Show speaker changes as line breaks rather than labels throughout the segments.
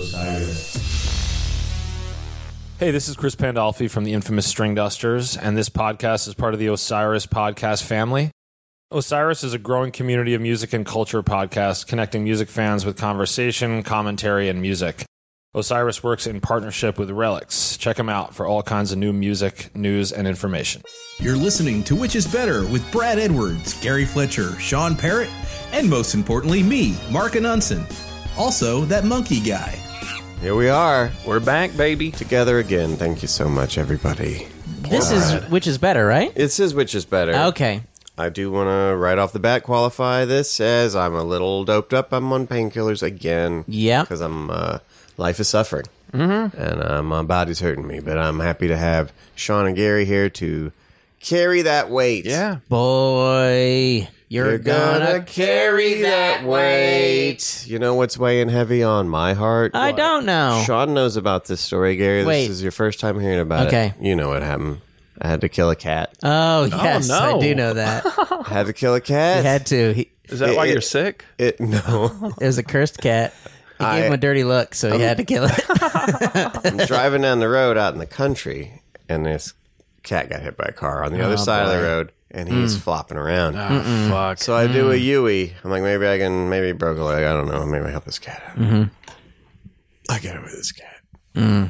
Osiris.
Hey, this is Chris Pandolfi from the infamous String Dusters, and this podcast is part of the Osiris podcast family. Osiris is a growing community of music and culture podcasts connecting music fans with conversation, commentary, and music. Osiris works in partnership with Relics. Check them out for all kinds of new music, news, and information.
You're listening to Which is Better with Brad Edwards, Gary Fletcher, Sean Parrott, and most importantly, me, Mark Anunson. Also, that monkey guy.
Here we are,
We're back, baby.
together again. Thank you so much, everybody.
This is which is better, right?
It says which is better.
Okay.
I do want to right off the bat qualify this as I'm a little doped up. I'm on painkillers again.
Yeah.
Because I'm, uh, life is suffering. Mm-hmm. And uh, my body's hurting me, but I'm happy to have Sean and Gary here to carry that weight.
Boy, you're,
You're
gonna,
gonna carry that weight. You know what's weighing heavy on my heart?
I don't know.
Sean knows about this story, Gary.
Oh. Wait.
This is your first time hearing about
Okay.
it. You know what happened. I had to kill a cat.
Oh, yes,
no.
I do know that.
I had to kill a cat.
He had to. He,
Is that
It-
why
it-
you're sick?
it, no.
it was a cursed cat. He
I-
gave him a dirty look, so he had to kill it.
I'm driving down the road out in the country, and this cat got hit by a car on the
Oh,
other side of the road, and he's flopping around.
Mm. Ah, Fuck. Mm.
So I do a Yui. I'm like, maybe I can, maybe he broke a leg. I don't know. Maybe I help this cat out.
Mm-hmm.
I get over this cat.
Mm.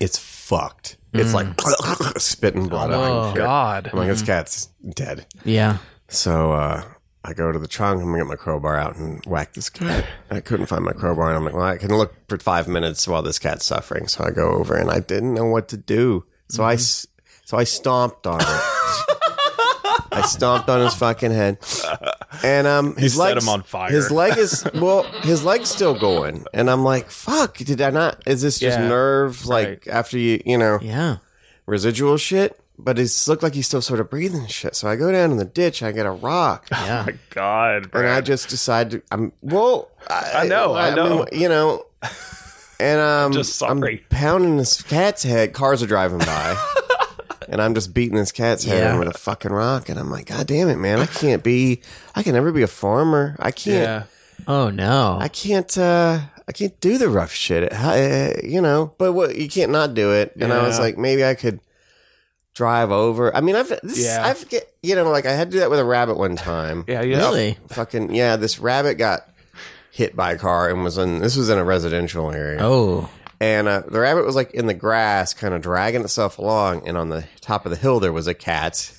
It's fucked. It's like spitting blood. out and shit.
Oh, God. Mm-hmm.
I'm like, this cat's dead.
yeah.
So uh, I go to the trunk. I'm gonna get my crowbar out and whack this cat. I couldn't find my crowbar, and I'm like, well, I can look for five minutes while this cat's suffering. So I go over, and I didn't know what to do. So
Mm-hmm.
I s I so I stomped on it. I stomped on his fucking head, and um, his
set
legs-
him on fire.
His leg is well, his leg's still going, and I'm like, fuck, did I not? Is this just
Yeah,
nerve? Like
right.
after you, you know,
Yeah.
residual shit, but it looked like he's still sort of breathing and shit. So I go down in the ditch, I get a rock,
Yeah.
My God,
and
bro.
I just decide to, I'm well. I,
I know, I know.
mean, you know, and um,
just
I'm
sorry.
pounding this cat's head. Cars are driving by. And I'm just beating this cat's head
Yeah.
in with a fucking rock, and I'm like, God damn it, man! I can't be, I can never be a farmer. I can't,
yeah.
Oh no.
I can't, uh, I can't do the rough shit. It- I- uh, you know, but what you can't not do it. And I was
Yeah.
like, maybe I could drive over. I mean, I've, this,
Yeah.
I've, get, you know, like I had to do that with a rabbit one time.
Yeah. Yeah.
really?
Fucking yeah, this rabbit got hit by a car and was in. This was in a residential area,
Oh.
and uh, the rabbit was like in the grass, kind of dragging itself along. And on the top of the hill, there was a cat,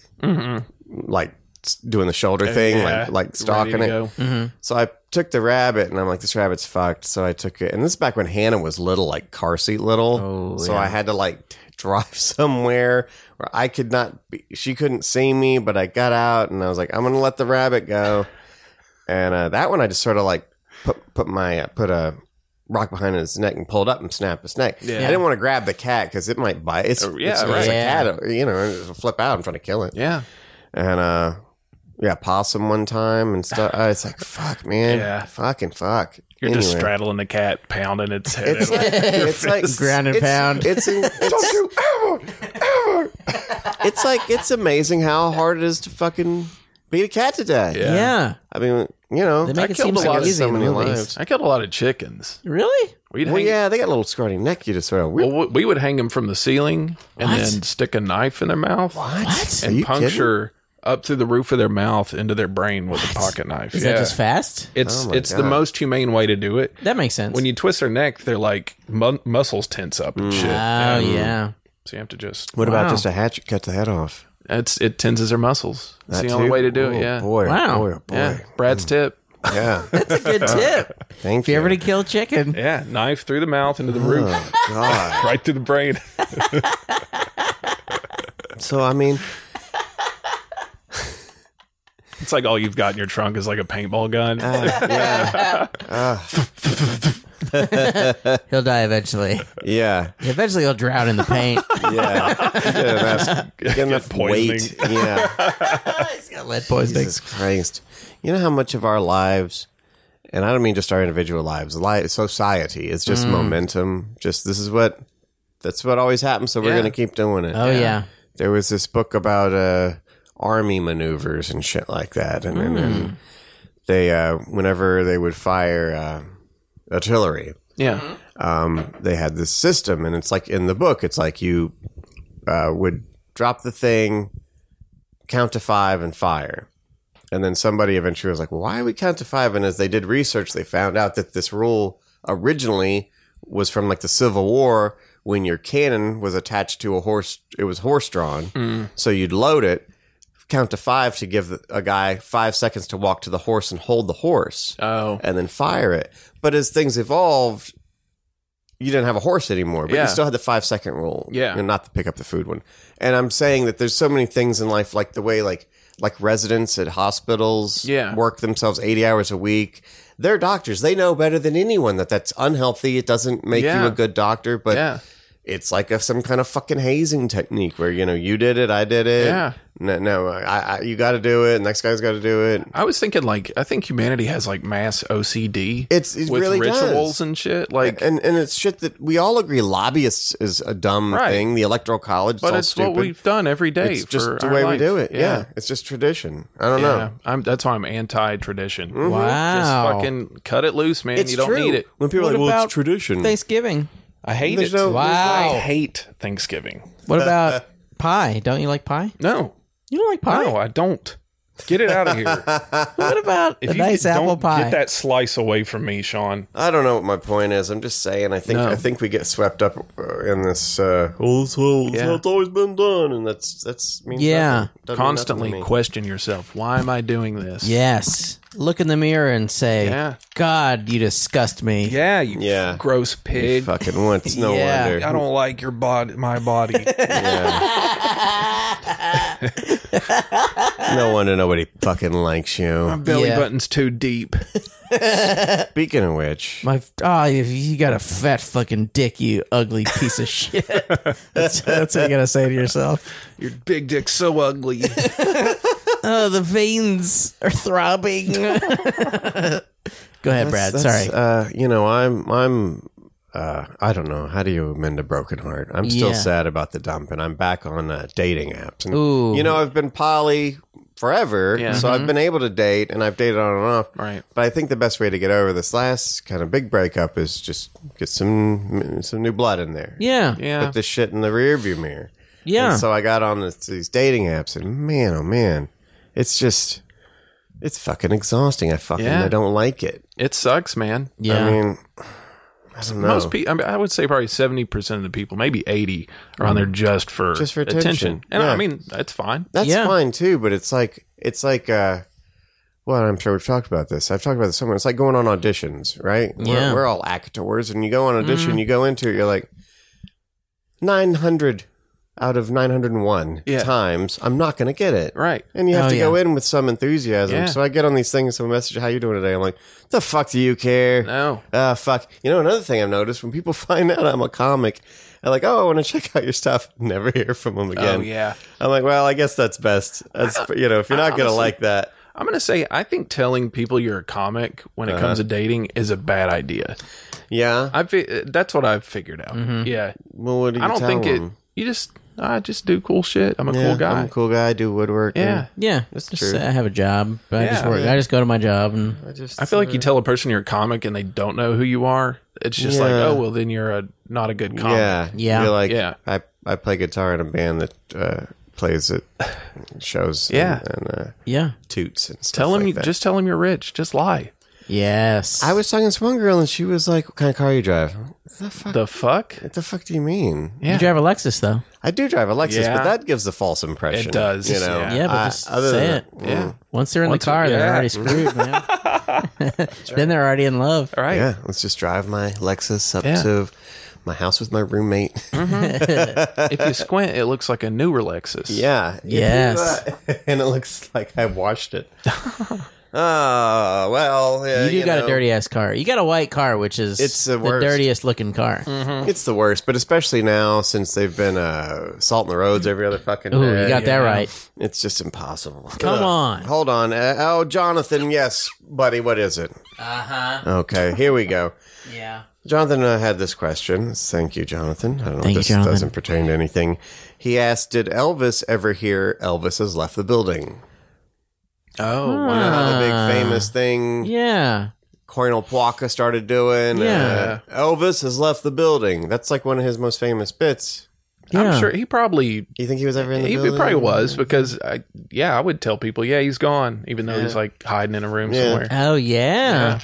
like s- doing the shoulder thing,
Mm-hmm. Yeah. Mm.
like like
Ready
stalking
to
it.
go.
So I took the rabbit and I'm like, this rabbit's fucked. So I took it. And this is back when Hannah was little, like car seat little.
Oh,
so I had to like t- drive somewhere where I could not be, she couldn't see me, but I got out and I was like, I'm going to let the rabbit go. and uh, that one I just sort of like put, put my, uh, put a, Rock behind his neck and pulled up and snapped his neck. I didn't want to grab the cat because it might bite. It's,
Oh, yeah,
it's, it's
right.
a
Yeah.
cat, uh, you know, it'll flip out. I'm trying to kill it
Yeah.
and uh yeah possum one time and stuff I was like fuck man
Yeah.
fucking fuck
You're just
Anyway.
straddling the cat, pounding its head.
it's like it's like
Ground and
it's,
pound.
It's, in- it's don't you ever ever. It's like it's amazing how hard it is to fucking beat a cat to death.
Yeah.
I mean, you know,
They make
I
it
killed
seem
a
so
lot of
easy in the
many
movies.
lives.
I killed a lot of chickens.
Really?
We'd
Well,
hang,
yeah, they got a little scrawny neck. You just sort of.
well, we- we would hang them from the ceiling and
What?
then stick a knife in their mouth
What?
Are
and
you
puncture up through the roof of their mouth into their brain with a pocket knife.
Is
yeah.
that just fast?
It's
Oh my
it's the
God.
most humane way to do it.
That makes sense.
When you twist their neck, they're like mu- muscles tense up and shit.
Oh
And
yeah.
So you have to just
What about
Wow.
just a hatchet cut the head off?
it's it tenses their muscles. That's
That
the only
too?
way to do
Oh,
it. Yeah.
Boy,
Wow.
boy, oh, boy.
Yeah. Brad's tip.
Yeah.
That's a good tip.
Thank
if you
you.
ever to kill chicken.
Yeah, knife through the mouth into the roof,
Oh, God.
right through the brain.
So I mean,
It's like all you've got in your trunk is like a paintball gun.
Ah.
He'll die eventually.
yeah,
Eventually he'll drown in the paint.
yeah, yeah that's, get enough
poisoning.
weight. Yeah,
He's got lead poisoning.
Jesus Christ! You know how much of our lives, and I don't mean just our individual lives, li society. It's just momentum. Just this is what that's what always happens. So we're
Yeah.
gonna keep doing it.
Oh yeah.
There was this book about uh, army maneuvers and shit like that, and, and, and they uh, whenever they would fire uh, artillery,
Yeah.
um, they had this system, and it's like in the book, it's like you uh, would drop the thing, count to five, and fire. And then somebody eventually was like, "Why we count to five? And as they did research, they found out that this rule originally was from like the Civil War when your cannon was attached to a horse. It was horse drawn, so you'd load it. Count to five to give the- a guy five seconds to walk to the horse and hold the horse
Oh.
and then fire it. But as things evolved, you didn't have a horse anymore, but
Yeah.
you still had the five second rule.
Yeah.
And not the pick up the food one. And I'm saying that there's so many things in life, like the way like like residents at hospitals
Yeah.
work themselves 80 hours a week. They're doctors. They know better than anyone that that's unhealthy. It doesn't make
Yeah.
you a good doctor, but
Yeah.
it's like a, some kind of fucking hazing technique where, you know, you did it, I did it.
Yeah.
No, no I, I, you got to do it. Next guy's got to do it.
I was thinking like I think humanity has like mass OCD.
It's- it
with
really does.
rituals and shit. Like,
and and it's shit that we all agree lobbyists is a dumb
Right.
thing. The electoral college,
but
all
it's
stupid.
what we've done every day.
It's just
for
the
our
way we
life.
do it. Yeah. it's just tradition. I don't
Yeah.
know. Mm-hmm.
I'm, that's why I'm anti-tradition. Just
Wow.
fucking cut it loose, man.
It's
you don't
true.
need it.
When people
What
are like, well,
about
it's tradition.
Thanksgiving.
I hate
There's
it.
no-
I
Wow.
hate Thanksgiving.
What about pie? Don't you like pie?
No,
You don't like pie?
no, I don't. Get it out of here.
What about
If
a
you
nice
don't
apple pie?
get that slice away from me, Sean.
I don't know what my point is. I'm just saying. I think
No.
I think we get swept up uh, in this. Uh, oh, it's, well, it's
Yeah.
how it's always been done, and that's that's means
Yeah.
nothing. Doesn't mean
Constantly
nothing to me.
question yourself. Why am I doing this?
Yes. Look in the mirror and say,
Yeah.
God, you disgust me.
Yeah. You
Yeah.
gross pig.
Fucking once, no
Yeah.
wonder.
I don't like your body, my body.
No wonder nobody fucking likes you.
Belly
Yeah.
button's too deep.
Speaking of which,
My oh, you, you got a fat fucking dick, you ugly piece of shit. that's, that's what you gotta say to yourself.
Your big dick's so ugly.
Oh, the veins are throbbing. Go ahead, Brad.
That's,
Sorry.
Uh, you know, I'm I'm uh, I don't know. How do you mend a broken heart? I'm still
Yeah.
sad about the dump, and I'm back on uh, dating apps. And,
Ooh. Mm-hmm.
You know, I've been poly forever,
Yeah.
so I've been able to date, and I've dated on and off.
Right.
But I think the best way to get over this last kind of big breakup is just get some some new blood in there.
yeah.
Yeah.
Put the shit in the rearview mirror.
Yeah.
And so I got on this, these dating apps, and man, oh man, it's just it's fucking exhausting. I fucking
Yeah.
I don't like it.
It sucks, man.
yeah.
I mean, I don't know.
Most people, I, mean, I would say probably 70% of the people, maybe 80, are on there just for,
Mm. Just for attention.
And
Yeah.
I mean, that's fine.
That's
Yeah.
fine too, but it's like it's like uh well, I'm sure we've talked about this. I've talked about this somewhere. It's like going on auditions, right?
Yeah. Mm-hmm.
We're, we're all actors, and you go on audition, you go into it, you're like nine hundred out of nine hundred and one
Yeah.
times. I'm not going to get it,
Right.
And you have
Oh,
to go
yeah.
in with some enthusiasm.
Yeah.
So I get on these things, someone message, "How you doing today?" I'm like, "The fuck do you care?"
No.
Ah, fuck. You know, another thing I've noticed when people find out I'm a comic, they're like, oh, I want to check out your stuff. Never hear from them again.
Oh, yeah.
I'm like, well, I guess that's best. That's, you know, if you're not going to
honestly-
like that.
I'm going to say, I think telling people you're a comic when it
Uh-huh.
comes to dating is a bad idea.
Yeah.
I fi- That's what I've figured out. Yeah.
Well, what do Mm-hmm. you
I don't
tell
think
them?
it, you just, I just do cool shit. I'm a
Yeah,
cool guy.
I'm a cool guy. I do woodwork.
yeah.
yeah.
That's
Just
true.
say I have a job. I just
Yeah.
work. I just go to my job and
I just,
I feel like you tell a person you're a comic and they don't know who you are. It's just like,
Yeah.
oh, well, then you're a not a good comic.
yeah.
Yeah.
You're like,
Um, Yeah.
I, I play guitar in a band that uh, plays at shows and-
Yeah.
and, uh,
yeah.
toots and stuff.
Tell him,
like
you
that.
just tell him you're rich. Just lie.
Yes.
I was talking to one girl and she was like, what kind of car you drive? What the fuck?
The fuck?
what the fuck do you mean?
you drive a Lexus though.
I do drive a Lexus,
Yeah.
but that gives a false impression.
It does,
You know?
yeah.
Yeah, but
I-
just
Uh, other
say
than
it.
that,
Yeah.
Once they're in
Once-
the car, they're
yeah.
already screwed, man. Then they're already in love.
All right.
Yeah. Let's just drive my Lexus up
Yeah.
to my house with my roommate.
if you squint, it looks like a newer Lexus.
yeah.
Yes.
and it looks like I washed it. Ah, well, yeah,
You do got
know,
a dirty ass car. You got a white car, which is
It's the
the,
worst. Mm-hmm.
dirtiest looking car.
It's the worst, but especially now since they've been uh, salting the roads every other fucking
Ooh,
day.
you got that right.
It's just impossible.
Come
Ugh.
on.
Hold on. Uh, oh, Jonathan, yes, buddy, what is it?
Uh huh.
Okay, here we go.
Yeah.
Jonathan uh, had this question. Thank you, Jonathan. I don't know
Thank you,
if this
Jonathan.
doesn't pertain to anything. He asked, "Did Elvis ever hear Elvis has left the building?"
Oh, wow.
Ah.
Uh, the big famous thing.
Yeah.
Cornel Plaka started doing.
Yeah.
Uh, Elvis has left the building. That's like one of his most famous bits.
Yeah.
I'm sure he probably
You think he was ever in the
he, he
building?
probably was because I, yeah, I would tell people, yeah, he's gone, even though he's like hiding in a room
Yeah.
somewhere.
Oh yeah.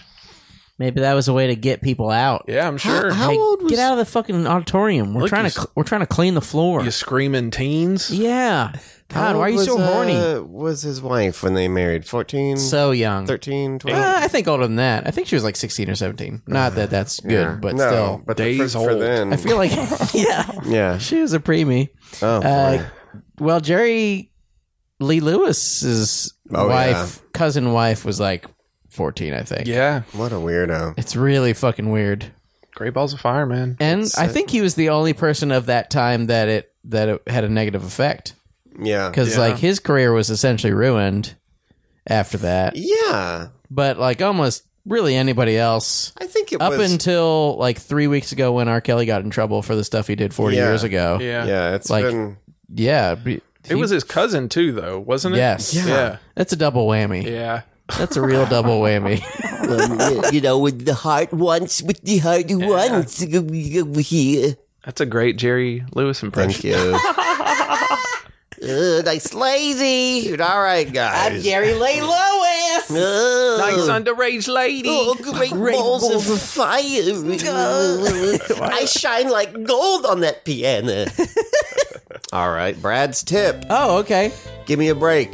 Maybe that was a way to get people out.
Yeah, I'm sure.
How
Hey,
old was-
Get out of the fucking auditorium. We're
Look,
trying
you
to cl- we're trying to clean the floor.
You screaming teens?
Yeah.
How
God,
old
why are you
was,
so horny?
uh, was his wife when they married? 14,
So young.
13, 12?
Uh, I think older than that. I think she was like 16 or 17. Not that that's good, but
no,
still.
but the
Days
for, for
old.
then.
I feel like yeah,
yeah.
she was a preemie.
Oh,
Uh,
boy.
well, Jerry Lee Lewis's
Oh,
wife, cousin wife, was like 14, I think.
Yeah,
what a weirdo.
It's really fucking weird.
great balls of fire, man.
And I think he was the only person of that time that it that it had a negative effect
Yeah.
because
Yeah.
like his career was essentially ruined after that.
Yeah.
But like almost really anybody else
I think it
up
was.
until like three weeks ago when R. Kelly got in trouble for the stuff he did 40
Yeah.
years ago.
Yeah,
yeah, it's
like-
been.
Yeah, be-
it was his cousin too, though, wasn't it?
Yes.
Yeah.
that's a double whammy.
Yeah.
That's a real double whammy.
Um, you know, with the heart wants, with the heart wants, over here.
That's a great Jerry Lewis
Thank
impression.
you.
Uh, nice lazy.
Dude, all right, guys.
Lee Lewis.
Nice underage lady.
Oh, great, balls, of fire. I shine like gold on that piano.
All right, Brad's tip.
oh, okay.
Give me a break.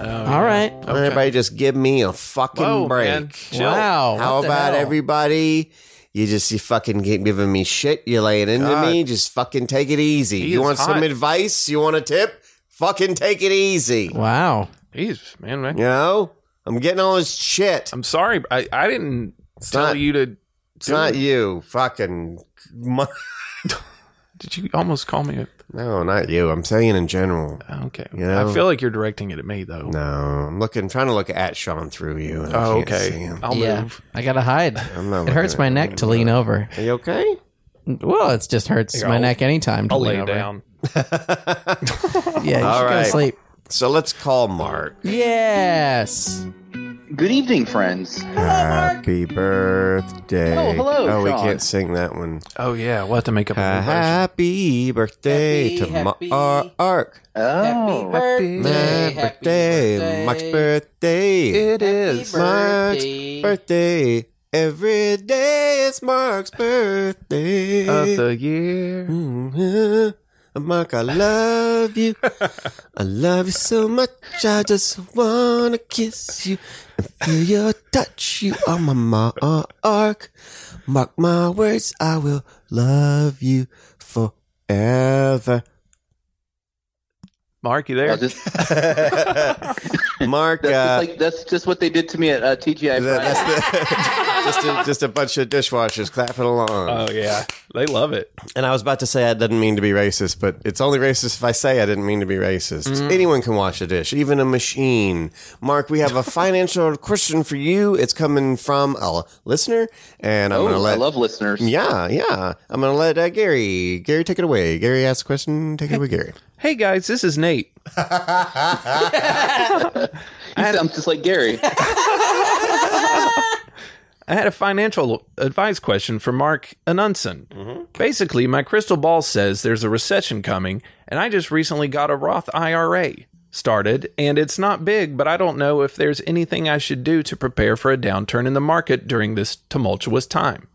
Oh,
All right.
Everybody, just give me a fucking
Whoa,
break.
man. Chill.
Wow.
How
what the
about
hell?
everybody? You just you fucking keep giving me shit. You're laying into me. Just fucking take it easy.
He
you
is
want some
hot.
advice? You want a tip? Fucking take it easy.
Wow.
He's man, man.
You know, I'm getting all this shit.
I'm sorry, but I, I didn't tell
not-
you to.
It's not you, fucking. mu-
Did you almost call me? A, oh,
No, not you. I'm saying in general.
okay.
Yeah.
I feel like you're directing it at me though.
No, I'm looking, trying to look at Sean through you. and I
Oh,
can't see
okay.
him.
I'll
yeah.
move.
I gotta hide.
I'm not
It hurts
looking
my
at
neck
him.
to lean over.
Are you okay?
Well, it just hurts
Here,
my
I'll-
neck anytime to
I'll
lean
lay
over.
down.
Yeah, you
All
should go
right.
to sleep.
So let's call Mark.
Yes.
Good evening, friends.
Happy birthday.
Oh, hello,
Oh, we
Sean.
can't sing that one.
Oh yeah, we'll have to make up a new version.
Happy birthday
Happy,
to
happy.
Mark.
Oh,
happy
Happy birthday. Mark's birthday.
It is.
Mark's birthday. Every day is Mark's birthday.
of the year.
Mhm. Mark, I love you. I love you so much. I just wanna kiss you and feel your touch. You are my mark. Mark my words, I will love you forever.
Mark, you
I
there?
was just-
Mark,
that's,
uh,
just like, that's just what they did to me at uh, TGI.
that-
Fridays.
that's the- just a, just a bunch of dishwashers clapping along.
oh yeah, they love it.
And I was about to say I didn't mean to be racist, but it's only racist if I say I didn't mean to be racist.
Mm.
Anyone can wash a dish, even a machine. Mark, we have a financial question for you. It's coming from a listener, and I'm
Oh,
going to let.
I love listeners.
yeah, yeah. I'm going to let uh, Gary. Gary, take it away. Gary asked a question. Take it away, Gary.
Hey guys, this is Nate.
You sound just like Gary.
I had a financial advice question for Mark Anunson. Basically, my crystal ball says there's a recession coming, and I just recently got a Roth IRA started, and it's not big, but I don't know if there's anything I should do to prepare for a downturn in the market during this tumultuous time.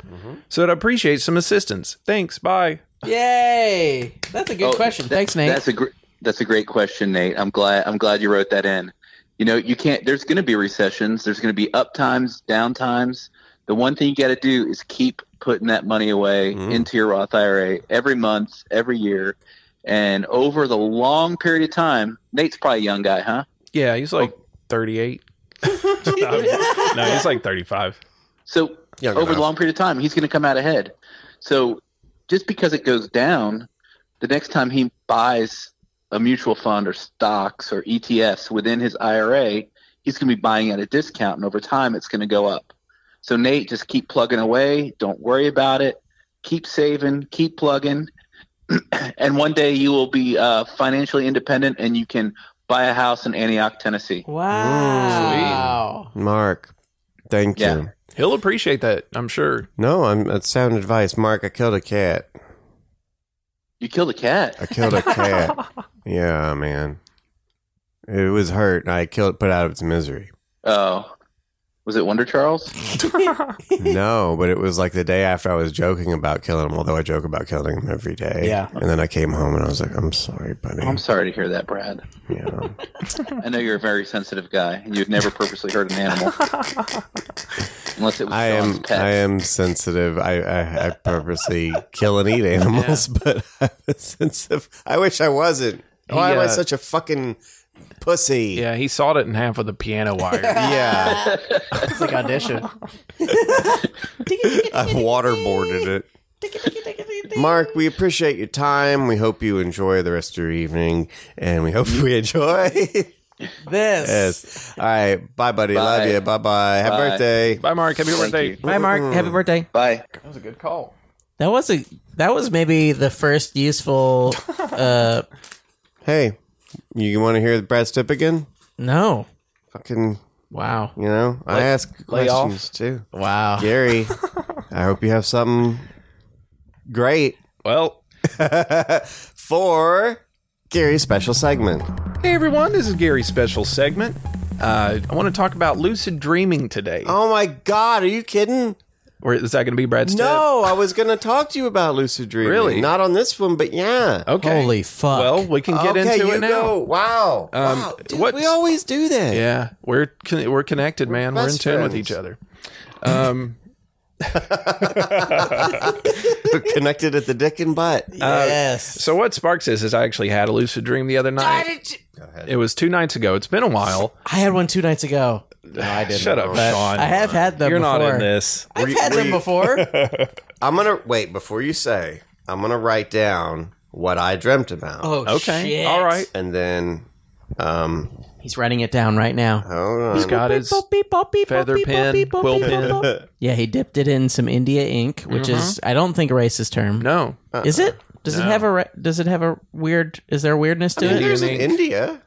So I'd appreciate some assistance. Thanks. Bye.
Yay. That's a good
Oh,
question.
that-
Thanks, Nate.
That's a gr- that's a great question, Nate. I'm glad I'm glad you wrote that in. You know, you can't. There's going to be recessions. There's going to be up times, down times. The one thing you got to do is keep putting that money away
Mm-hmm.
into your Roth IRA every month, every year, and over the long period of time. Nate's probably a young guy, huh?
Yeah, he's like 38. no, no, he's like 35.
So
Young
over
enough.
the long period of time, he's going to come out ahead. So just because it goes down, the next time he buys a mutual fund or stocks or ETFs within his IRA, he's going to be buying at a discount, and over time, it's going to go up. So Nate, just keep plugging away. Don't worry about it. Keep saving. Keep plugging, and one day you will be uh, financially independent, and you can buy a house in Antioch, Tennessee.
wow.
Mark, thank
Yeah.
you.
He'll appreciate that, I'm sure.
No, I'm that's sound advice, Mark. I killed a cat.
You killed a cat.
I killed a cat. yeah, man. It was hurt, and I killed it, put it out of its misery.
Oh, was it Wonder Charles?
no, but it was like the day after I was joking about killing him, although I joke about killing him every day.
Yeah.
And then I came home and I was like, I'm sorry, buddy.
I'm sorry to hear that, Brad.
yeah.
I know you're a very sensitive guy, and you've never purposely hurt an animal, unless it was
I
Sean's
am
pet.
I am sensitive. I, I, I purposely kill and eat animals, but I'm sensitive. I wish I wasn't. Why am I
uh,
such a fucking pussy?
Yeah, he sawed it in half with a piano wire.
Yeah.
It's like audition.
I waterboarded it. Mark, we appreciate your time. We hope you enjoy the rest of your evening, and we hope we enjoy.
This.
yes. All right. Bye, buddy. Love
Bye.
you. Bye, bye. Happy
Bye.
birthday.
Bye, Mark. Happy
Thank
birthday.
you.
Bye, Mark. Happy birthday.
Bye.
That was a that was maybe the first useful. uh
Hey, you want to hear Brad's tip again?
No.
Fucking,
Wow.
you know, I ask
lay off.
questions too.
Wow.
Gary, I hope you have something great
Well,
for Gary's special segment.
Hey everyone, this is Gary's special segment. Uh, I want to talk about lucid dreaming today.
Oh my God, are you kidding?
Or is that going to be Brad's?
No, I was going to talk to you about lucid dreaming.
Really?
Not on this one, but yeah.
tip? Okay.
Holy fuck.
Well, we can get
okay,
into
you
it now.
Go. Wow.
Um,
wow. Dude,
what's-
we always do that.
Yeah, we're con- we're connected, man. We're in tune
best
with
friends.
each other. Um,
We're connected at the dick and butt.
uh,
yes.
so what sparks this is I actually had a lucid dream the other night. It was two nights ago. It's been a while.
I had one two nights ago.
I didn't.
Shut up, Sean.
I have had them
You're
before.
not in this.
I've had them before.
I'm going to wait before you say, I'm going to write down what I dreamt about.
Oh,
Okay.
shit.
All right.
And then, um,
He's writing it down right now.
hold on.
He's got his feather pen, quill pen. Mm-hmm.
Yeah, he dipped it in some India ink, which is I don't think a racist term.
No,
Is it? Does it have a ra- does it have a weird is there a weirdness to it?
There's in
ink.
India.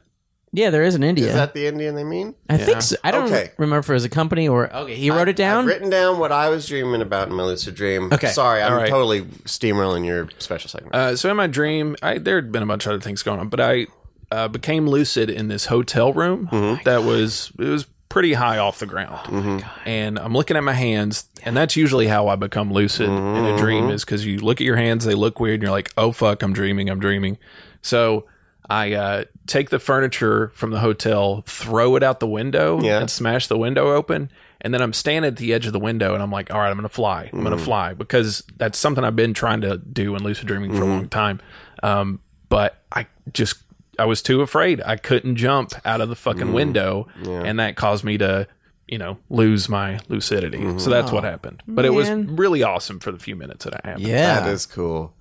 Yeah, there is in India.
Is that the Indian they mean?
I think so. I don't
Okay.
remember if it was a company or okay. He wrote it down.
I've written down what I was dreaming about in my lucid dream.
Okay.
Sorry, I'm
All right.
totally steamrolling your special segment.
Uh, so in my dream, I, there had been a bunch of other things going on, but I uh, became lucid in this hotel room that was it was pretty high off the ground, and I'm looking at my hands, and that's usually how I become lucid in a dream is because you look at your hands, they look weird, and you're like, oh fuck, I'm dreaming, I'm dreaming. So I uh, take the furniture from the hotel, throw it out the window,
Yeah.
and smash the window open. And then I'm standing at the edge of the window and I'm like, all right, I'm going to fly. I'm going to fly because that's something I've been trying to do in lucid dreaming for a long time. Um, but I just, I was too afraid. I couldn't jump out of the fucking window. And that caused me to, you know, lose my lucidity. So that's what happened. But it was
Man.
really awesome for the few minutes that it happened.
yeah.
That is cool.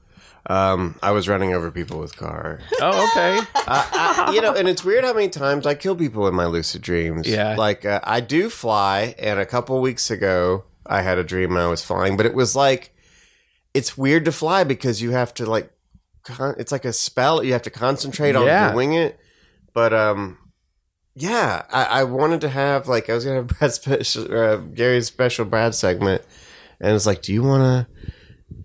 Um, I was running over people with car.
Oh, okay.
I- you know, and it's weird how many times I kill people in my lucid dreams.
Yeah.
Like, uh, I do fly, and a couple weeks ago, I had a dream and I was flying, but it was like, it's weird to fly because you have to, like, con- it's like a spell. You have to concentrate on
Yeah.
doing it. But, um, yeah, I, I wanted to have, like, I was going to have Brad's special, uh, Gary's special Brad segment, and it's like, do you want to.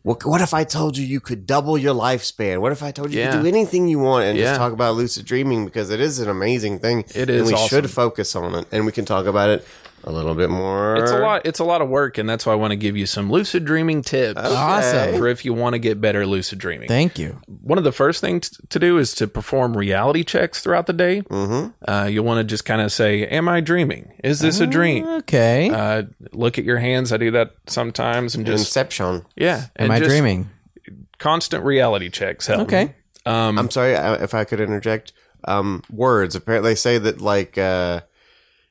What, what if I told you you could double your lifespan? What if I told you you
Yeah.
could do anything you want and
Yeah.
just talk about lucid dreaming because it is an amazing thing. And
It is
we
awesome.
should focus on it and we can talk about it a little bit more.
It's a lot. It's a lot of work, and that's why I want to give you some lucid dreaming tips.
Awesome.
For if you want to get better lucid dreaming,
Thank you.
one of the first things to do is to perform reality checks throughout the day. Mm-hmm. Uh, you'll want to just kind of say, "Am I dreaming? Is this a dream?"
Okay.
Uh, look at your hands. I do that sometimes, and just
Inception.
yeah.
Am
and
I
just
dreaming?
Constant reality checks help.
Okay.
um,
I'm sorry I- if I could interject. Um, words. Apparently, they say that, like, uh,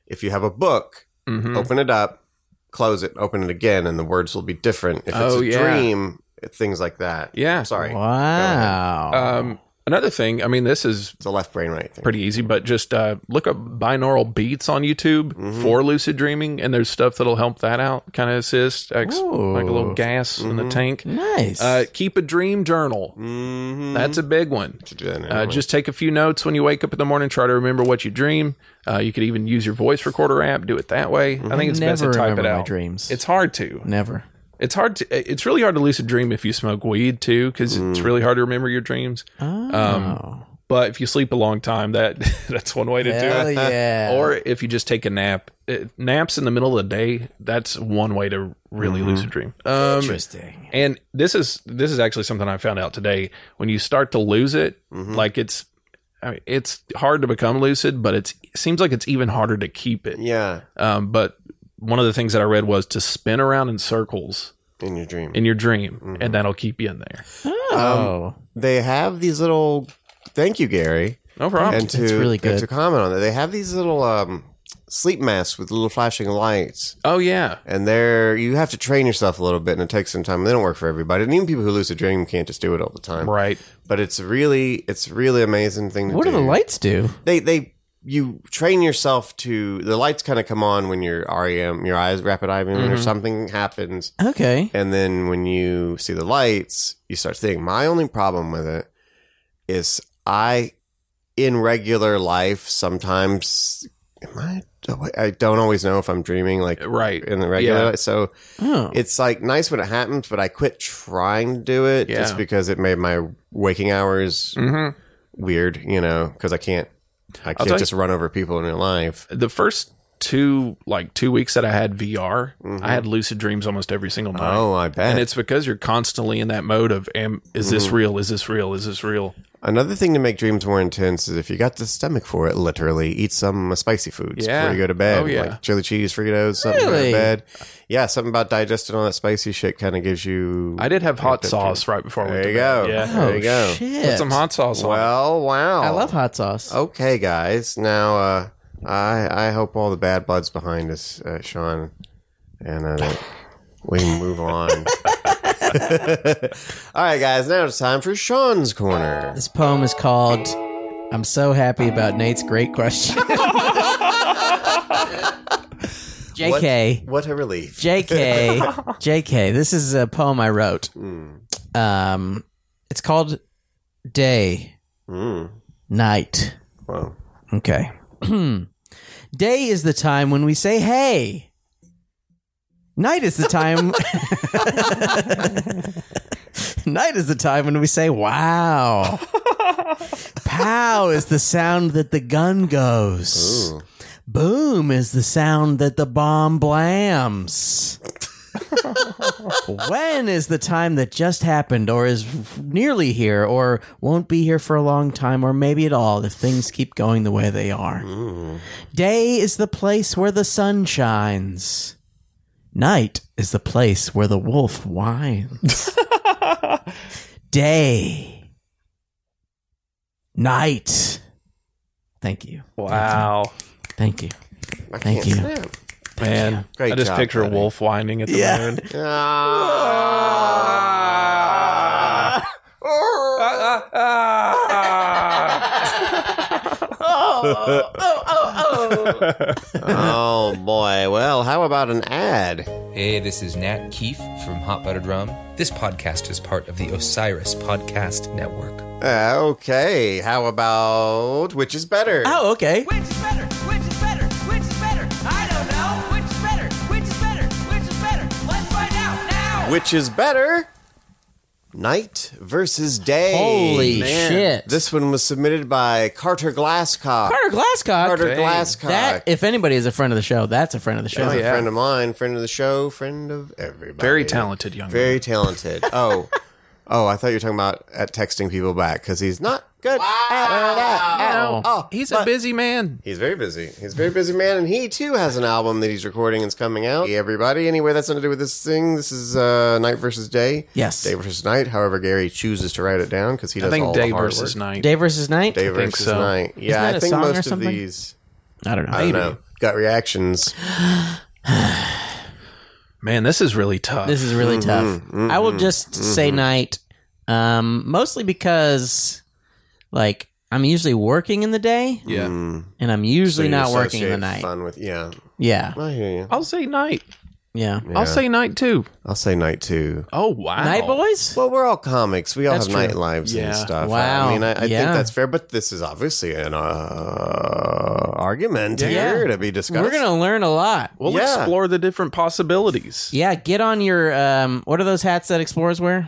if you have a book,
Mm. Mm-hmm.
open it up, close it, open it again, and the words will be different. If it's
Oh,
a
yeah.
dream, things like that.
Yeah.
I'm sorry.
Wow.
Um, Another thing, I mean, this is
It's a left brain right thing.
pretty easy, but just uh, look up binaural beats on YouTube for lucid dreaming, and there's stuff that'll help that out, kind of assist, ex-
Ooh.
like a little gas in the tank.
Nice.
Uh, keep a dream journal.
Mhm.
Mm-hmm. That's a big one.
Should do that in
Uh,
anyway.
just take a few notes when you wake up in the morning. Try to remember what you dream. Uh, you could even use your voice recorder app. Do it that way. I think it's best to
Never
type it
remember my
out.
dreams.
It's hard to.
Never.
It's hard to. eh, It's really hard to lucid dream if you smoke weed too, because it's really hard to remember your dreams.
Mm.
Um,
Oh.
But if you sleep a long time, that that's one way to do
Hell
it.
yeah.
Or if you just take a nap, Uh naps in the middle of the day. That's one way to
Mm-hmm.
really lucid dream. Um,
Interesting.
and this is this is actually something I found out today. When you start to lose it,
Mm-hmm.
like it's I mean, it's hard to become lucid, but it's, it seems like it's even harder to keep it.
yeah,
Um, but one of the things that I read was to spin around in circles
in your dream.
in your dream,
Mm-hmm.
and that'll keep you in there.
Oh.
Um, they have these little. Thank you, Gary.
No problem.
and to
It's really
and to
good.
comment on that, they have these little um, sleep masks with little flashing lights,
oh yeah,
and they're you have to train yourself a little bit, and it takes some time. They don't work for everybody, and even people who lose a dream can't just do it all the time.
right.
But it's really it's really amazing thing to
What
do.
do the lights do?
They they you train yourself to the lights kind of come on when your REM your eyes rapid eye movement
Mm-hmm.
or something happens,
Okay.
and then when you see the lights, you start thinking. My only problem with it is I, in regular life, sometimes am I? I don't always know if I'm dreaming like
Right.
in the regular.
Yeah.
So
Oh.
it's like nice when it happens, but I quit trying to do it
Yeah.
just because it made my waking hours weird. You know, because I can't. I
tell
can't
you-
just run over people in real life.
The first two like two weeks that I had VR, I had lucid dreams almost every single night.
Mm-hmm. Oh, I bet.
And it's because you're constantly in that mode of, am, is this
Mm-hmm.
real? Is this real? Is this real?
Another thing to make dreams more intense is if you got the stomach for it, literally eat some uh, spicy foods
Yeah.
before you go to bed.
Oh, yeah.
Like chili cheese, Fritos, something to go to
Really?
bed. Yeah, something about digesting all that spicy shit kind of gives you.
I did have hot
Addictive.
sauce right before we
There you go.
Yeah.
There you go.
Oh, Shit.
Put some hot sauce on. it.
Well, wow.
I love hot sauce.
Okay, guys. Now, uh, I I hope all the bad blood's behind us, uh, Sean, and uh, that we move on. all right, guys. Now it's time for Sean's corner.
This poem is called I'm So Happy About Nate's Great Question. JK.
What a relief.
JK. JK. This is a poem I wrote. Um, it's called Day,
Mm.
Night.
Wow.
Okay. Day is the time when we say hey. Night is the time. Night is the time when we say wow. Pow is the sound that the gun goes. Boom is the sound that the bomb blams. when is the time that just happened or is nearly here or won't be here for a long time or maybe at all if things keep going the way they are? Day is the place where the sun shines. Night is the place where the wolf whines. Day. Night. Thank you.
Wow.
Thank you.
I
Thank
can't
you.
stand it.
Man.
Great
I just
job,
picture
buddy.
a wolf whining at the
Yeah.
moon.
Ah. oh boy. Well, how about an ad?
Hey, this is Nat Keefe from Hot Buttered Rum. This podcast is part of the Osiris Podcast Network.
Uh, okay. How about which is better?
Oh, okay.
Which is better? Which is better? Which is better? I don't know. Which is better? Which is better? Which is better? Let's find out now.
Which is better? Night versus day.
Holy shit.
This one was submitted by Carter Glasscock.
Carter Glasscock.
Carter Glasscock. Oh,
That, if anybody is a friend of the show, that's a friend of the show.
He's
yeah.
a friend of mine, friend of the show, friend of everybody.
Very talented young man.
Very talented. Oh, oh, I thought you were talking about at texting people back because he's not good at that.
Ow.
Oh,
He's a busy man.
He's very busy. He's a very busy man, and he too has an album that he's recording and it's coming out. Hey, everybody. Anyway, that's nothing to do with this thing. This is uh, night versus day.
Yes.
day versus night. However, Gary chooses to write it down because he
I
does all
think
the
day
hard
versus
work.
night.
Day versus Night?
Day
think
versus
so.
night. Yeah,
that
I
a
think
song or
most of
something?
these.
I don't know.
I don't know. Gut reactions.
Man, this is really tough.
This is really
Mm-hmm.
tough. I will just say night, um, mostly because Like I'm usually working in the day,
Yeah.
Mm. So
and I'm usually
you
not working in the
associate
night.
Fun with yeah.
Yeah,
I hear you.
I'll say night.
yeah.
Yeah.
I'll say night too.
I'll say night too.
Oh wow.
Night boys.
Well, we're all comics. We all
That's
have
true.
night lives
Yeah.
and stuff.
Wow.
I mean, I, I
Yeah.
think that's fair, but this is obviously an uh, argument
Yeah.
here to be discussed.
We're gonna uh, learn a lot.
We'll
Yeah.
explore the different possibilities.
Yeah, get on your um. What are those hats that explorers wear?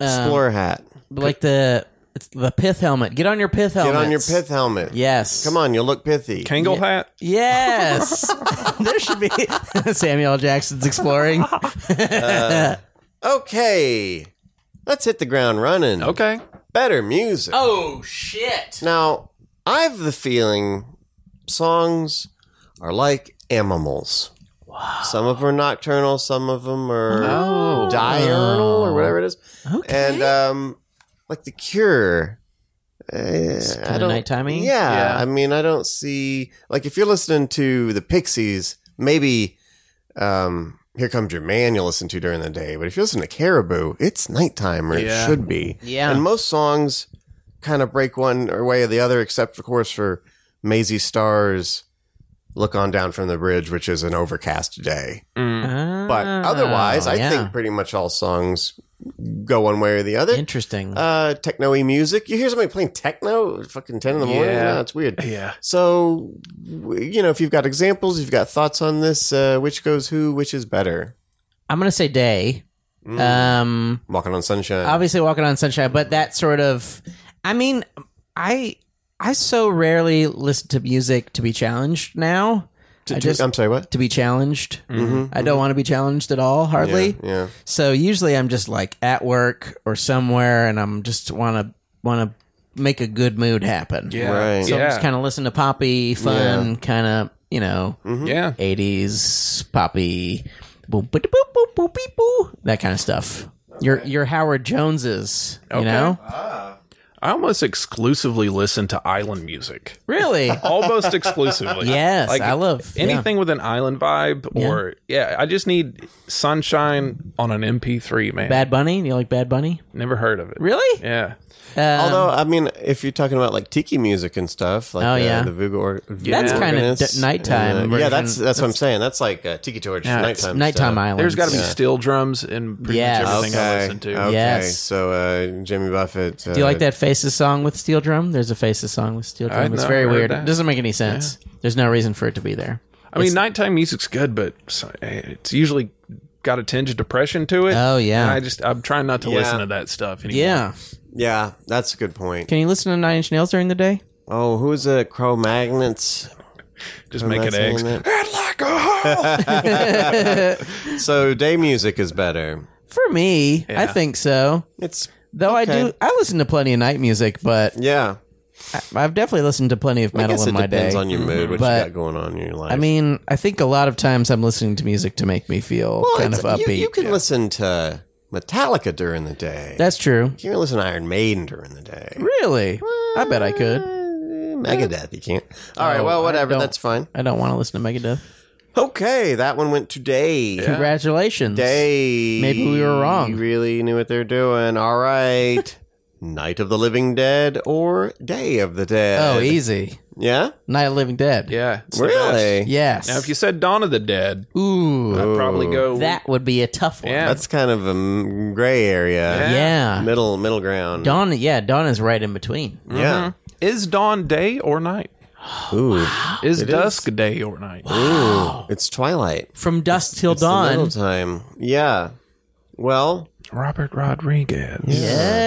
Um,
Explorer hat.
like the it's the pith helmet. Get on your pith helmet.
Get on your pith helmet.
Yes.
Come on, you'll look pithy.
Kangle hat.
Yes. there should be Samuel L. Jackson's exploring.
Okay. Let's hit the ground running.
Okay.
Better music.
Oh shit.
Now, I've the feeling songs are like animals. Wow. Some of them are nocturnal, some of them are diurnal or whatever it is.
Oh. Okay.
And um, like the Cure. Uh, I
kinda
don't.
nighttime-y?
Yeah,
Yeah.
I mean, I don't see like if you're listening to the Pixies, maybe um, "Here Comes Your Man" you'll listen to during the day, but if you listen to Caribou, it's nighttime or
Yeah.
it should be.
Yeah.
and most songs kind of break one or way or the other, except of course for Maisie Starr's "Look On Down from the Bridge," which is an overcast day.
Mm.
But
Ah,
otherwise, I think pretty much all songs go one way or the other
interesting.
uh techno-y music. You hear somebody playing techno at fucking 10 in the morning?
Yeah.
No, it's weird.
Yeah.
So, w- you know, if you've got examples, if you've got thoughts on this, uh, which goes who, which is better? Mm.
I'm gonna say day. Um,
Walking on Sunshine.
obviously walking on sunshine, but that sort of. I mean, I I so rarely listen to music to be challenged now.
To-
I
to-
just
I'm sorry, what?
to be challenged. I don't want to be challenged at all, hardly.
Mm-hmm. Yeah.
So usually I'm just like at work or somewhere, and I'm just want to want to make a good mood happen.
yeah. Right.
So I'm just
Yeah.
kind of listen to poppy, fun, kind of you know,
Yeah.
'80s poppy, boop, boop, boop, boop, boop, beep, boop, that kind of stuff. Your your Howard Joneses, you know,
Ah. I almost exclusively listen to island music.
really.
Oh, Almost exclusively.
Yes, I love- yeah.
anything with an island vibe or yeah, I just need sunshine on an MP3, man.
Bad Bunny, you like Bad Bunny?
Never heard of it.
Really?
Yeah.
um,
Although, I mean, if you're talking about like tiki music and stuff, like
Oh,
uh,
yeah.
the Vuga or
That's
Vuga
kinda d-
organists
nighttime
and, uh,
version.
yeah, that's that's what I'm saying. That's like uh, tiki torch
Yeah, it's
nighttime.
Nighttime
stuff.
Island.
There's got to be steel drums in pretty
Yes.
much everything I
Okay.
listen to.
Okay.
Yes.
So uh, Jimmy Buffett. Uh,
Do you like that Faces song with steel drum? There's a Faces song with steel drum.
I've
it's
not
very
heard
weird.
that.
It doesn't make any sense. There's no reason for it to be there.
I mean, nighttime music's good, but so- it's usually got a tinge of depression to it.
Oh, yeah.
And I just I'm trying not to
Yeah.
listen to that stuff anymore.
Yeah.
Yeah, that's a good point.
Can you listen to Nine Inch Nails during the day?
Oh, who's a Crow Magnets?
just
I'm
making
not saying
eggs. uh-huh.
that.
Head like a hawk.
So day music is better.
For me, I think so.
It's
Though I
Okay.
do, I listen to plenty of night music, but
yeah.
I've definitely listened to plenty of
I
metal
guess
in
it
my
depends
day.
on your mood, what
But-
you got going on in your life.
I mean, I think a lot of times I'm listening to music to make me feel
Well,
kind of
it's-
upbeat.
You, you can listen to Metallica during the day.
That's true.
you can listen to Iron Maiden during the day.
Really? I bet I could.
Megadeth, you can't. All right,
Oh,
well,
I
whatever.
don't-
That's fine.
I don't want to listen to Megadeth.
Okay, that one went today.
Congratulations.
Day.
Maybe we were wrong.
Really knew what they're doing. All right. Night of the Living Dead or Day of the Dead.
Oh, easy.
Yeah?
Night of the Living Dead.
yeah. it's the best.
Really?
Yes.
Now, if you said Dawn of the Dead,
Ooh.
I'd probably
Oh.
go
That would be a tough one.
Yeah.
That's kind of a mm, gray area.
Yeah.
Middle middle ground.
Dawn, yeah, Dawn is right in between.
Yeah.
Is dawn day or night?
Mm-hmm.
Ooh.
Is dusk day or night?
Ooh. It's twilight.
From dusk till
It's the middle
dawn.
time. Yeah. Well,
Robert Rodriguez.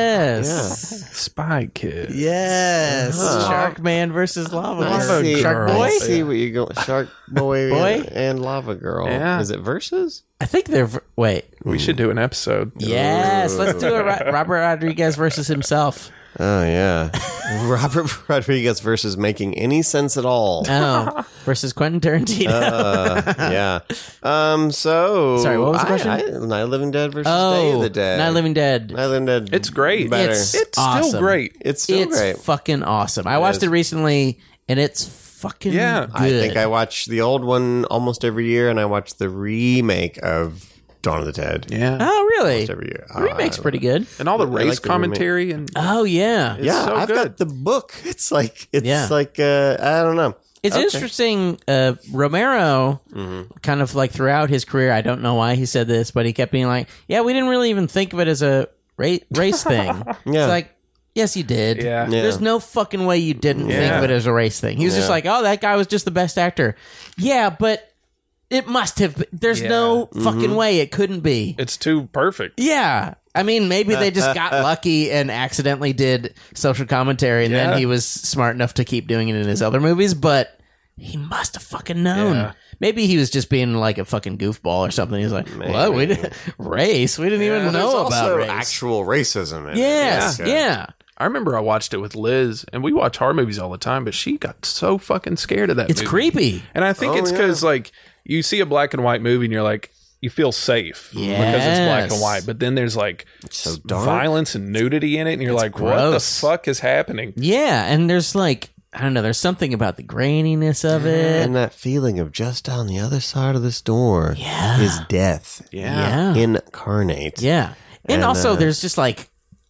Yes.
Spy Kid.
Yes. Shark Man versus Lava
I
Man.
Uh-huh. see,
Shark
I
Boy?
see what you go. Shark boy,
Boy?
and lava girl.
Yeah.
Is it versus?
I think they're. v- Wait.
We should do an episode.
Yes. Let's do a Ro- Robert Rodriguez versus himself.
Oh yeah. Robert Rodriguez versus making any sense at all.
Oh. Versus Quentin Tarantino.
Uh, yeah. Um. So
Sorry, what was the
I-
question?
I, Night of the Living Dead versus Day
oh.
of the Dead.
Night of the Living Dead.
Night of the Living Dead.
It's great.
Better.
It's-
It's
Awesome.
still great.
It's still
It's
great.
fucking awesome. I watched
is.
it recently and it's fucking
Yeah.
good.
I think I watch the old one almost every year, and I watch the remake of Dawn of the Dead.
Yeah.
Oh, really?
Every year. Uh,
The remake's pretty good.
and all the
I
race
like the
commentary and
Oh yeah,
it's
yeah,
so
I've
good.
got the book. It's like it's
Yeah.
like uh, I don't know.
It's
Okay. Mm-hmm.
interesting. Uh, Romero, kind of like throughout his career, I don't know why he said this, but he kept being like, "Yeah, we didn't really even think of it as a ra- race thing."
Yeah.
It's like, yes, you did.
Yeah.
Yeah.
There's no fucking way you didn't think
Yeah.
of it as a race thing. He was just
Yeah.
like, "Oh, that guy was just the best actor." Yeah, but it must have. been- There's
Yeah.
no
Mm-hmm.
fucking way it couldn't be.
it's too perfect.
Yeah. I mean, maybe they just got lucky and accidentally did social commentary, and
Yeah.
then he was smart enough to keep doing it in his other movies, but he must have fucking known.
Yeah.
Maybe he was just being like a fucking goofball or something. He's like, what? We didn't, race? We didn't even know
There's
about
also
race.
actual racism. In
yes.
it.
Yeah.
It's, uh,
I remember I watched it with Liz, and we watch horror movies all the time, but she got so fucking scared of that.
It's
movie.
creepy.
and I think
Oh,
it's because like you see a black and white movie, and you're like, you feel safe because it's black and
Yes.
white. But then there's like
so
s-
dark.
violence and nudity in it, and you're like, what the
gross.
fuck is happening?
Yeah. And there's like, I don't know, there's something about the graininess of it.
And that feeling of just on the other side of this door
Yeah.
is death.
Yeah.
Incarnate.
Yeah. And,
And,
also,
uh,
there's just like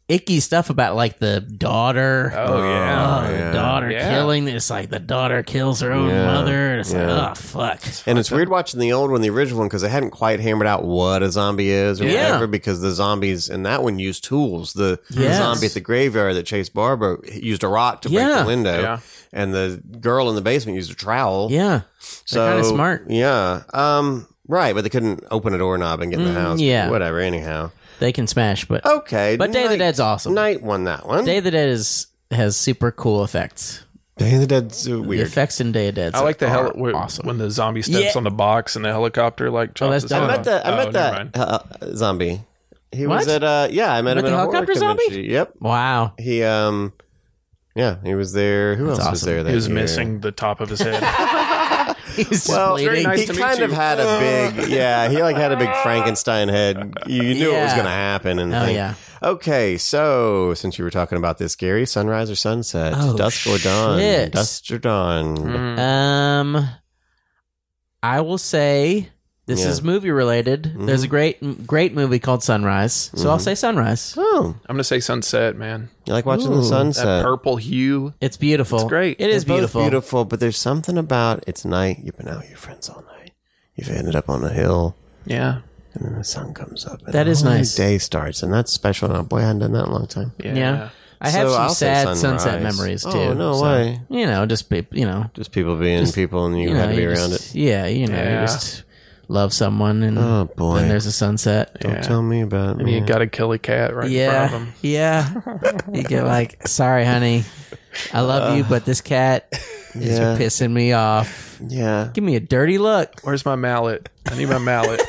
icky stuff about like the daughter.
Oh yeah,
Oh,
yeah.
the daughter
Yeah.
killing. It's like the daughter kills her own
Yeah.
mother. And it's
Yeah.
like, oh, fuck.
And it's weird watching the old one, the original one, because they hadn't quite hammered out what a zombie is or
Yeah.
whatever. Because the zombies in that one used tools. The, the
Yes.
zombie at the graveyard that chased Barbara used a rock to break
Yeah.
the window,
Yeah.
and the girl in the basement used a trowel.
Yeah.
so
kinda smart.
Yeah, um, right. But they couldn't open a doorknob and get in the
Mm,
house.
yeah.
whatever. Anyhow,
They can smash,
Oh,
but
okay.
But Day of the
Night-
Dead's awesome.
Night won that one.
Day of the Dead is, has super cool effects.
Day of the Dead's uh,
The
weird.
effects in Day of the Dead.
I like the hell when,
awesome.
when the zombie steps
Yeah.
on the box and the helicopter like chops
that's
his
dumb.
I
head off.
met the I
Oh,
met
never
that
mind.
uh, uh, zombie. He was
What?
at uh yeah I met him
Met
at
the
a horror
helicopter zombie?
convention. Yep.
Wow.
He um yeah, he was there. Who
That's
else was
awesome.
there that
He was
year?
missing the top of his head.
He's just
Well,
bleeding.
very nice.
he
to meet
kind of
you.
had a big yeah, he like had a big Frankenstein head. You knew it was
Yeah.
going to happen and
Oh,
thing.
yeah.
Okay, so since you were talking about this Gary, sunrise or sunset,
Oh,
dusk or dawn,
shit.
dusk or dawn.
Mm.
Um, I will say this
Yeah. Mm-hmm.
is movie related. There's a great, great movie called Sunrise. So I'll say Sunrise.
Oh,
I'm gonna say sunset, man.
you like watching
Ooh,
the
that
sunset?
That purple hue.
It's beautiful.
It's great.
It is
They're both
beautiful.
beautiful, but there's something about it's night. You've been out with your friends all night. You've ended up on a hill,
Yeah,
and then the sun comes up. And
That
a
is
whole new
nice.
Day starts, and that's special. And boy, I hadn't done that in a long time.
yeah.
Yeah. I have
So
some
I'll say
sad sunset
sunrise.
memories too.
Oh, no
so,
way.
You know, just be, you know,
Just people being people, and you,
you
had
know,
to be
you
around
just,
it.
Yeah, you know,
Yeah.
you just love someone, and
Oh boy!
then there's a sunset.
Don't tell me about
And
me.
you gotta kill a cat right in front of
Yeah,
him.
yeah. you get like, sorry, honey, I love you, but this cat is
Uh, Yeah.
pissing me off.
yeah,
Give me a dirty look.
Where's my mallet? I need my mallet.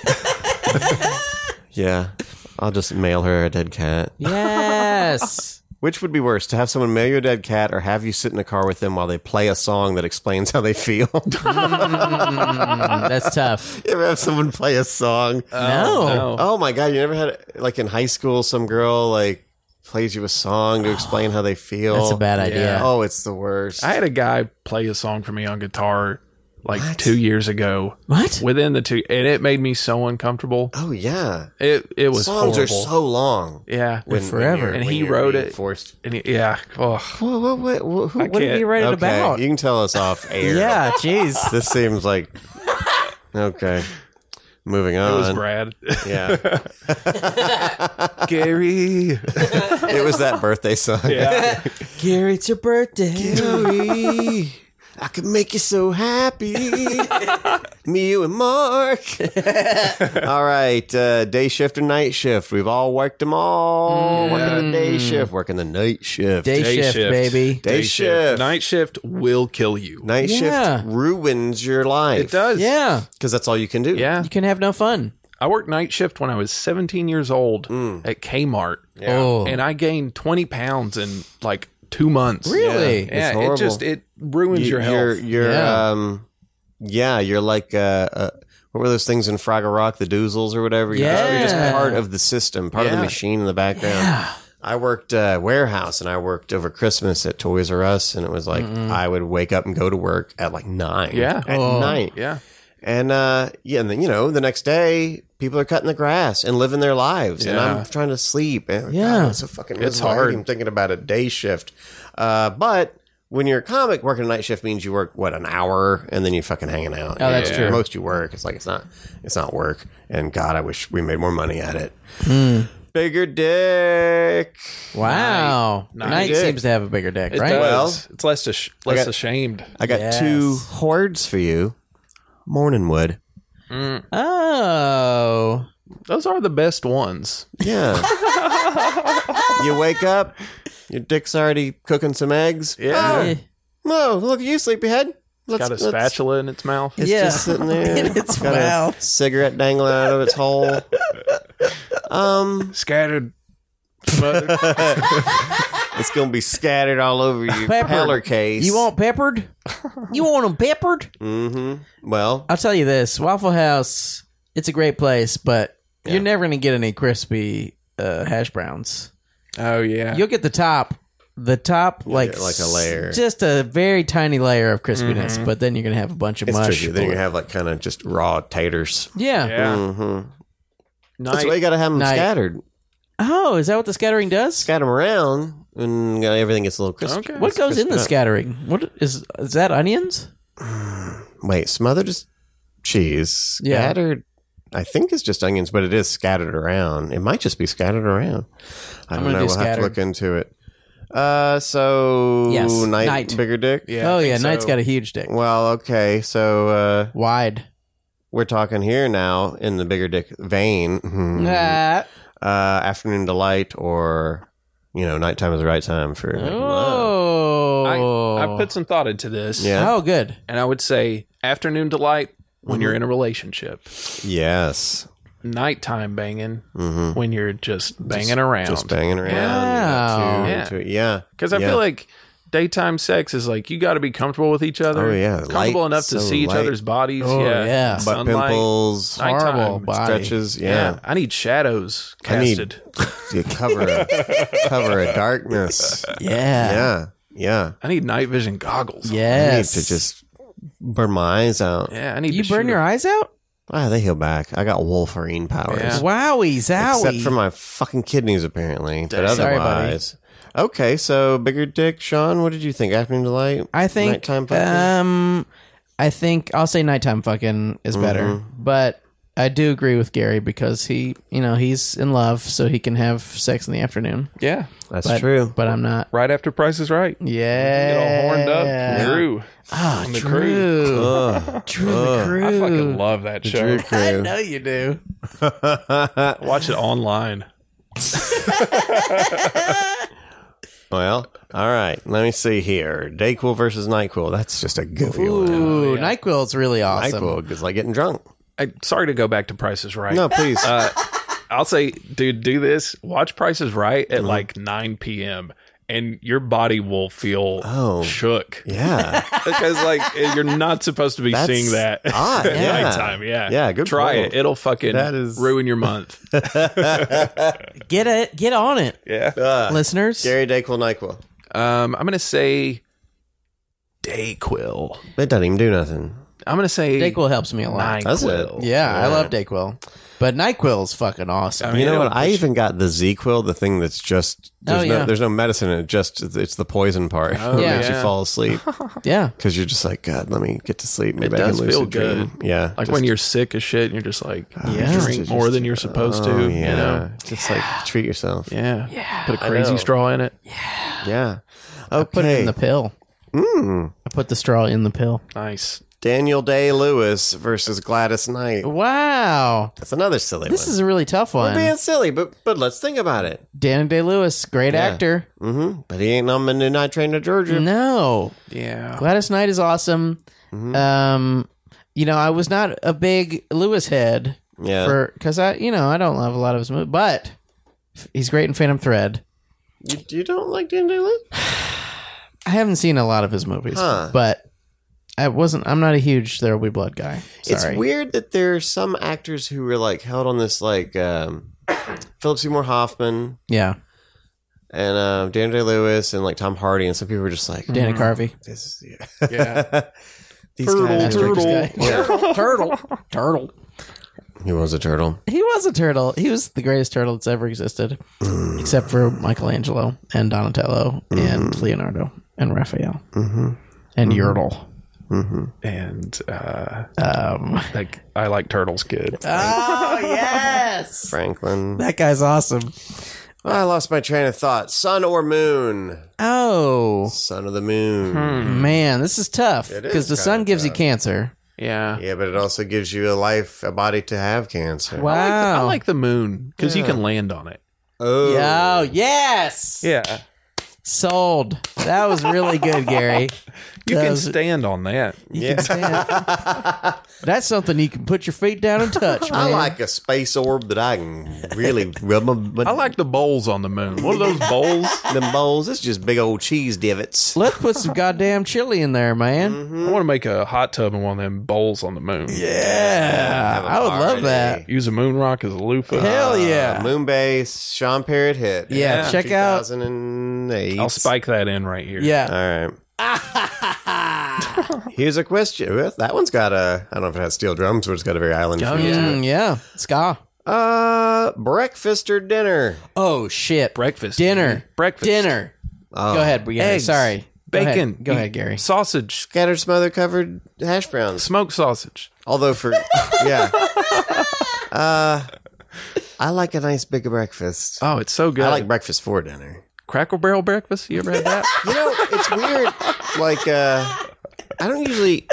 yeah. I'll just mail her a dead cat.
Yes.
Which would be worse, to have someone mail you a dead cat, or have you sit in a car with them while they play a song that explains how they feel?
Mm, that's tough.
you ever have someone play a song?
no.
Oh my god! You never had like in high school, some girl like plays you a song to explain how they feel.
That's a bad idea.
Oh, it's the worst.
I had a guy play a song for me on guitar like two years ago.
What?
Within the two, and it made me so uncomfortable.
oh yeah,
It it was
songs
horrible.
are so long.
yeah,
forever.
you're-
And he
you're
wrote
being
it.
Forced.
and he- yeah. Oh,
Well, what, what, what, who,
What did
can't-
you write it
okay,
about?
you can tell us off air.
Yeah, jeez.
this seems like okay. Moving
it
on.
was Brad.
Yeah,
Gary.
it was that birthday song.
Yeah.
Gary, it's your birthday.
Gary, I could make you so happy. Me, you, and Mark. all right, uh, day shift or night shift. We've all worked them all. Working the day shift, working the night shift.
Mm. Day,
Day
shift,
shift.
baby.
Day shift.
Night shift will kill you.
Night
Yeah.
shift ruins your life.
It does.
Yeah,
because that's all you can do.
Yeah.
you can have no fun.
I worked night shift when I was 17 years old at Kmart.
Oh,
and I gained 20 pounds in like two months.
really?
It's
Yeah,
horrible.
it just it ruins your health.
You're, you're,
Yeah.
um, yeah, you're like, uh, uh, what were those things in Frogger Rock, the Doozles or whatever? You're, just, you're just
Yeah.
part of the system, part of the
Yeah.
machine in the background. I worked uh, warehouse and I worked over Christmas at Toys
Mm-hmm.
R Us, and it was like I would wake up and go to work at like nine.
Oh.
Yeah.
at night.
yeah,
And uh, yeah, and then you know the next day people are cutting the grass and living their lives, and
Yeah.
I'm trying to sleep. And,
Yeah.
God, it's so fucking
It's
miserable. I hate
hard.
even thinking about a day shift. Uh, but when you're a comic, working a night shift means you work what an hour, and then you're fucking hanging out.
Oh, that's
Yeah.
true.
Most you work, it's like it's not it's not work. And God, I wish we made more money at it.
Hmm.
Bigger dick.
Wow. Night,
Night.
seems to have a bigger dick,
It
right?
does. it's less ash- less
got-
ashamed.
I got
Yes.
two hordes for you. Morning wood.
Oh.
Those are the best ones.
Yeah. you wake up, your dick's already cooking some eggs.
Eh.
Oh, no, look at you, sleepyhead. Let's,
Got a
let's-
spatula in its mouth.
It's
Yeah.
just sitting there.
It's-
got
wow.
a cigarette dangling out of its hole. Um,
Scattered.
it's gonna be scattered all over your
Pepper.
peller case.
You want peppered? you want them peppered?
Mm-hmm. Well,
I'll tell you this Waffle House, it's a great place, but you're never going to get any crispy uh, hash browns.
Oh yeah.
You'll get the top. The top, like
get, like, a layer. Mm-hmm.
s- just a very tiny layer of crispiness, but then you're gonna have a bunch of
it's
mush.
tricky. Then you have like kind of just raw taters.
yeah.
yeah.
Mm-hmm. That's
Night.
why you gotta have them
Night.
scattered.
Oh, is that what the scattering does?
Scatter them around, and uh, everything gets a little crispy.
Okay.
What goes in the
crispy.
scattering? What is is that? Onions?
Wait, smothered is cheese.
Yeah.
Scattered, I think it's just onions, but it is scattered around. It might just be scattered around. I
I'm
don't know.
gonna do
We'll have
scattered.
to look into it. Uh, so
Yes,
night,
night.
bigger dick.
Yeah,
oh
I
yeah,
think
Knight's
so.
got a huge dick.
Well, okay, so uh,
Wide.
we're talking here now in the bigger dick vein. Hmm.
Ah.
Uh, afternoon delight, or you know, nighttime is the right time for. making love.
Oh.
I, I put some thought into this.
Yeah.
Oh, good.
And I would say afternoon delight when you're in a relationship.
Yes.
Nighttime banging
Mm-hmm.
when you're just banging around.
Just banging around.
Wow.
You
Yeah.
got two into it. yeah.
Because I
Yeah.
feel like daytime sex is like you got to be comfortable with each other.
Oh, yeah.
comfortable
Light,
enough to
so
see each
light.
other's bodies.
Oh,
yeah,
yeah.
butt
Sunlight.
pimples,
Nighttime.
Horrible body.
stretches.
Yeah.
Yeah,
I need shadows
I need-
casted. I need,
you cover a, cover a darkness.
Yeah.
Yeah, yeah.
night vision goggles.
I need
Yes.
to just burn my eyes out.
yeah. I need.
you
to
burn
shoot
your
a-
eyes out?
Ah, they heal back. I got Wolverine powers,
Yeah.
Wowie, zowie.
except for my fucking kidneys, apparently. But
Sorry, buddy.
otherwise, okay. So bigger dick, Sean. What did you think? Afternoon delight.
I think
Nighttime fucking?
um I think I'll say nighttime fucking is better.
Mm-hmm.
But I do agree with Gary because he, you know, he's in love so he can have sex in the afternoon.
Yeah,
That's
But,
true.
But I'm not.
right after Price is Right.
Yeah.
Get all horned up, Drew.
Ah,
on the
Drew.
crew.
Drew the crew.
I fucking love that show.
I know you do.
Watch it online.
well, all right. Let me see here. Dayquil versus Nyquil. That's just a goofy one.
Ooh, NyQuil's really awesome.
Nyquil is like getting drunk.
I, sorry to go back to Price is Right.
No, please.
I'll say, dude, do this. Watch Price is Right
Mm-hmm.
at like 9 p.m. and your body will feel
Oh.
shook
yeah.
because like you're not supposed to be
That's
seeing that
odd,
at
yeah.
nighttime. Yeah,
Yeah, good
Try
point.
it. It'll fucking
That is-
ruin your month.
Get it. Get on it,
yeah.
listeners.
Uh, Gary Dayquil Nyquil.
Um, I'm gonna say Dayquil.
It doesn't even do nothing.
I'm gonna say
Dayquil helps me a lot.
Does it?
Nyquil.
Yeah, I love Dayquil, but NyQuil's fucking awesome.
I mean,
you know
it'll
what? I
put you-
even got the Z-Quil, the thing that's just there's
Oh,
no
yeah.
there's no medicine in it. Just it's the poison part. that
Yeah.
makes
Oh, yeah.
you fall asleep
yeah,
because you're just like God. Let me get to sleep. Maybe
It
I can
does
lucid
feel
dream.
good.
Yeah,
like
just-
when you're sick as shit and you're just like
Yeah.
you drink
Ah, Just-
more than you're supposed
oh,
to.
Yeah,
You know?
just like treat yourself. Yeah.
Yeah. Put a crazy straw in it.
Okay.
put it in the pill. I put the straw in the pill.
Nice.
Daniel Day Lewis versus Gladys
Oh,
Knight.
Wow,
That's another silly
this
one.
is a really tough
We're being
one.
silly, but but let's think about it.
Danny Day Lewis, great actor.
hmm But he ain't on the midnight train to Georgia.
Mm-hmm.
No,
Yeah.
Gladys Knight is awesome. Um, you know, I was not a big Lewis head
Yeah.
for because I, you know, I don't love a lot of his movies, but he's great in Phantom Thread.
You, you don't like Daniel Day Lewis?
I haven't seen a lot of his movies,
Huh.
but I wasn't. I'm not a huge There Will Be Blood guy. Sorry.
It's weird that there are some actors who were like held on this like um, Philip Seymour Hoffman
Yeah,
and um,
Mm-hmm.
Daniel Day Lewis and like Tom Hardy and some people were just like
Dana Carvey.
this is,
Yeah.
These
Turtle,
guys are-
turtle.
turtle. Turtle.
He was a turtle.
He was a turtle. He was the greatest turtle that's ever existed,
Mm.
except for Michelangelo and Donatello
Mm-hmm.
and Leonardo and Raphael and Yertle.
And uh,
Um,
like I like turtles good.
Oh, yes.
Franklin.
That guy's awesome.
I lost my train of thought. Sun or moon?
Oh,
Son of the moon.
Hmm.
Hmm.
man. This is tough
It is
because the sun
kinda
gives you
tough.
cancer.
yeah.
Yeah, but it also gives you a life, a body to have cancer.
Wow.
I like, the, I like the moon because you can land on it.
Oh,
Oh, yes.
Yeah.
Sold. That was really good, Gary.
You can
Does-
stand on that.
You can stand. That's something you can put your feet down and touch, man.
I like a space orb that I can really rub my. my
I like the bowls on the moon. What are those bowls?
them bowls. It's just big old cheese divots.
Let's put some goddamn chili in there, man.
Mm-hmm.
I want to make a hot tub in one of them bowls on the moon.
Yeah.
Have a
I would
party. Uh,
love that.
Use a moon rock as a loofah.
Hell yeah.
Moon base, Sean Parrott hit.
Yeah, check out-
2008.
I'll spike that in right here.
yeah.
All right. Here's a question. Well, That one's got a. I don't know if it has steel drums, but it's got a very island. feel to it.
Mm, yeah. Ska.
Uh, breakfast or dinner?
Oh shit.
Breakfast.
Dinner.
Breakfast.
Dinner.
Oh.
Go ahead, Gary.
Eggs.
Sorry. Go ahead.
Bacon.
Go ahead, Gary.
Sausage.
Scattered, smother, covered hash browns.
Smoked sausage.
Although for yeah, uh, I like a nice big breakfast.
Uh,
Oh, it's so good.
I like breakfast for dinner.
Crackle Barrel breakfast. You ever had that?
You know, it's weird. Like, uh, I don't usually.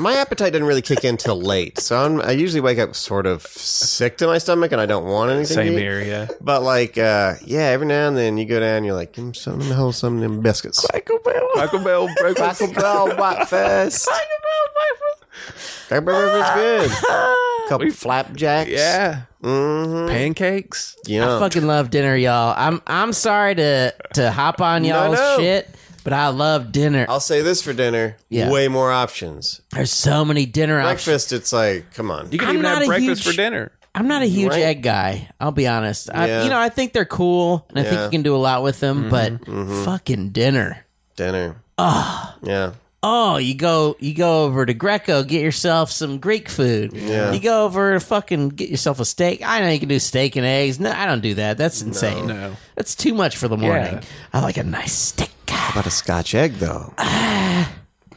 My appetite doesn't really kick in till late, so I'm, I usually wake up sort of sick to my stomach, and I don't want anything. to
Same
eat.
here. Yeah.
But like, uh, yeah, every now and then you go down, you're like, "Mm, give me some, let me hold some of them biscuits.
Michael Bell.
Crackle Barrel breakfast.
Taco Bell breakfast. Taco Bell breakfast good. Couple flapjacks.
yeah.
Mm-hmm.
Pancakes.
Yeah.
I fucking love dinner, y'all. I'm I'm sorry to to hop on y'all's
no.
shit, but I love dinner.
I'll say this for dinner.
Yeah.
Way more options.
There's so many dinner options.
Breakfast, it's like, come on.
You can
I'm
even
not
have
a
breakfast
huge-
for dinner.
I'm not a huge
Right.
egg guy. I'll be honest. I,
Yeah.
you know, I think they're cool, and I think
Yeah. Mm-hmm.
you can do a lot with them. But fucking dinner.
dinner. Yeah.
Oh, you go you go over to Greco, get yourself some Greek food.
Yeah.
You go over to fucking get yourself a steak. I know you can do steak and eggs. No, I don't do that. That's insane.
No.
That's too much for the morning.
Yeah.
I like a nice steak.
But a scotch egg, though.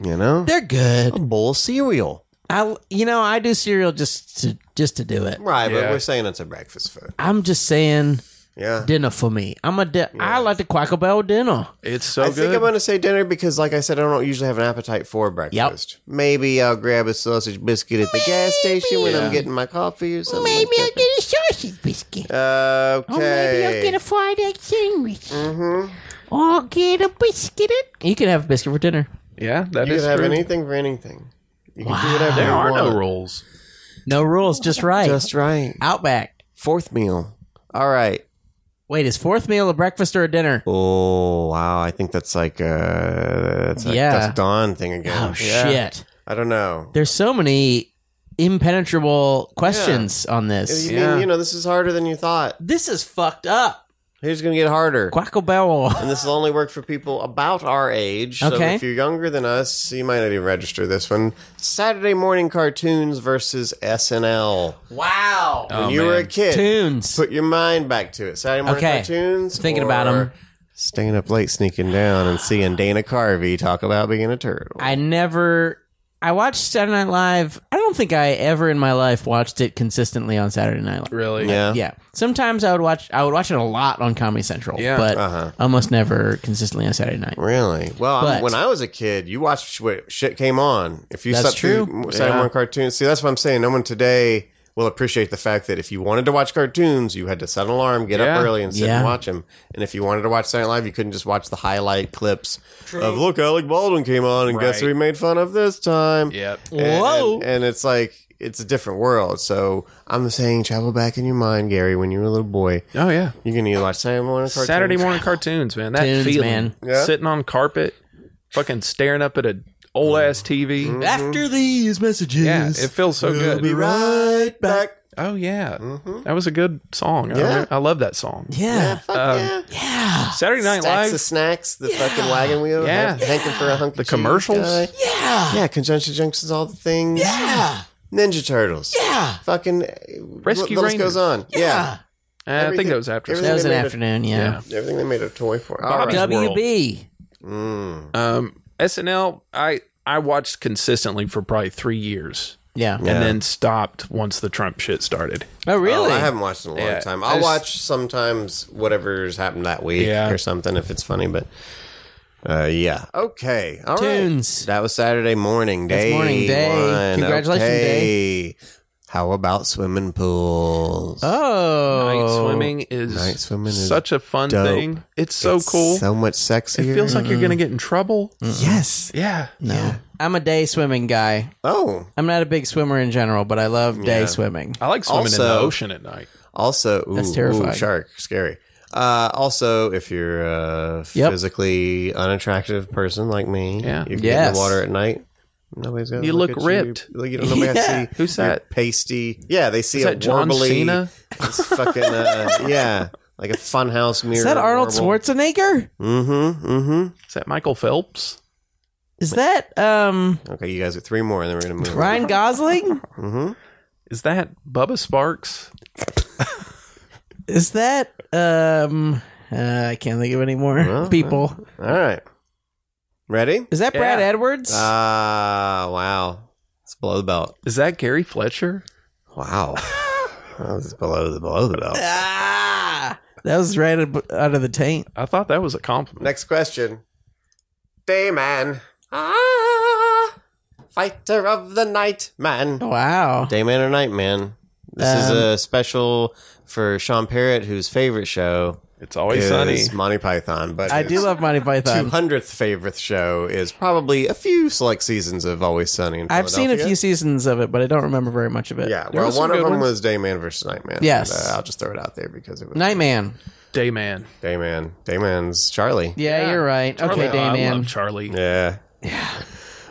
you know?
They're good.
A bowl of cereal.
I you know, I do cereal just to just to do it.
Right, but
Yeah.
we're saying it's a breakfast food.
I'm just saying
Yeah.
dinner for me. I'm a di- I like the Quacker Bell dinner.
It's so
I
good.
think I'm going to say dinner because, like I said, I don't usually have an appetite for breakfast. Maybe I'll grab a sausage biscuit at the gas station when I'm getting my coffee or something. Maybe Oh, I'll get
a sausage biscuit.
Okay.
fried egg sandwich. Mm-hmm. Or get a biscuit. You can have a biscuit for dinner.
yeah, that
you
is
can have
true.
anything for anything. You can do whatever
there
you
are
want.
no rules.
No rules, just right.
Just right.
Outback.
Fourth meal. All right.
Wait, is fourth meal a breakfast or a dinner?
Oh wow! I think that's like uh, that's like
Yeah.
that's dawn thing again.
Oh
Yeah.
shit!
I don't know.
There's so many impenetrable questions on this.
You, mean, you know, this is harder than you thought.
This is fucked up.
Here's gonna get harder.
Quackle Bell.
And this will only work for people about our age. So
Okay.
if you're younger than us, you might not even register this one. Saturday morning cartoons versus SNL.
Wow.
When you were a kid,
Tunes.
put your mind back to it. Saturday morning
Okay.
cartoons.
Thinking about 'em.
or Staying up late, sneaking down, and seeing Dana Carvey talk about being a turtle.
I never. I watched Saturday Night Live. I don't think I ever in my life watched it consistently on Saturday Night Live.
Really?
yeah.
Yeah. Sometimes I would watch. I would watch it a lot on Comedy Central.
Yeah.
But
Uh-huh.
almost never consistently on Saturday night.
Really? Well, I'm-
But-
when I was a kid, you watched sh- what shit came on. If you
That's
slept
true.
through Saturday morning cartoons, see, that's what I'm saying. No one today will appreciate the fact that if you wanted to watch cartoons, you had to set an alarm, get
Yeah.
up early, and sit
Yeah.
and watch them. And if you wanted to watch Saturday Night Live, you couldn't just watch the highlight clips of look, Alec Baldwin came on, and guess who we
Right.
made fun of this time.
Yep.
And-
Whoa.
And, and it's like it's a different world. So I'm saying, travel back in your mind, Gary, when you were a little boy.
Oh yeah.
You can either watch Saturday morning cartoons.
Saturday morning cartoons, man. That
Tunes,
feeling.
man.
Yeah.
Sitting on carpet, fucking staring up at a old ass TV.
Mm-hmm.
After these messages,
Yeah, it feels so
We'll be
good.
right back.
Oh yeah, that was a good song.
Mm-hmm. Yeah.
I, I love that song.
Yeah.
Fuck yeah.
um,
Yeah.
Saturday Night
Stacks
Live. uh,
of snacks, the fucking wagon wheel,
Yeah.
yeah. hanking for a hunk
The
of cheese
commercials.
guy.
Yeah.
Yeah, conjunction junctions, all the things.
Yeah.
Ninja Turtles.
Yeah.
Fucking
Rescue
the list
Rangers.
goes on. Yeah.
Yeah.
Uh, I think that was after.
everything-
That was an
They made it-
afternoon, yeah.
Everything they made a toy for. All
Bobby's
right. Oh,
World.
WB.
Um, SNL. I I watched consistently for probably three years.
Yeah.
Yeah.
And then stopped once the Trump shit started.
Oh, really?
I haven't watched in a long
Yeah,
time.
I
I'll
just-
watch sometimes whatever's happened that week
Yeah.
or something if it's funny, but uh, yeah. Okay. All right.
Tunes.
That was Saturday morning, day.
morning, day.
One.
Congratulations,
okay. day. How about swimming pools?
Oh.
Night swimming is
Night swimming is
such a fun
dope.
thing. It's so
It's
cool.
So much sexier.
it feels like you're gonna get in trouble.
yes.
Yeah.
No. I'm a day swimming guy.
Oh,
I'm not a big swimmer in general, but I love day
Yeah.
swimming.
I like swimming in the
Also-
ocean at night.
Also, ooh,
That's
ooh,
terrifying.
shark, scary. Uh, also, if you're a
Yep.
physically unattractive person like me,
Yeah.
you get in
Yes.
the water at night. Nobody's gonna
You
at
look ripped.
You. Like, you don't nobody has
Yeah.
to see
Who's
your
that?
pasty. Yeah, they see
Is
a
that John
warbly-
Cena?
It's fucking uh, yeah, like a funhouse mirror.
Is that Arnold Schwarzenegger?
Mm-hmm. Mm-hmm.
Is that Michael Phelps?
Is that um
Okay, you guys get three more, and then we're gonna move. Mm-hmm.
Ryan Gosling?
Is that Bubba Sparks?
Is that um uh, I can't think of any more people.
on. All right, ready?
Is that Brad
Yeah.
Edwards?
Ah, wow. It's below the belt.
Is that Gary Fletcher?
Wow. That was below the below the belt.
ah, that was right ab- out of the taint.
I thought that was a compliment.
Next question. Day man. Ah, fighter of the night man.
Wow.
Day man or night man. This is
Um,
a special for Sean Parrott, whose favorite show
It's always
is
sunny.
Monty Python. But
I do love Monty
two
Python.
hundredth favorite show is probably a few select seasons of Always Sunny. In
I've seen a
Philadelphia.
few seasons of it, but I don't remember very much of it.
Yeah,
were
well,
some
one of
good
them
ones.
was Dayman versus Nightman.
Yes.
and, uh, I'll just throw it out there because it was
Nightman.
Dayman.
Dayman. Dayman's Charlie.
Yeah, you're right.
Charlie-
Okay,
Oh, I love
Dayman.
Charlie.
Yeah. Yeah.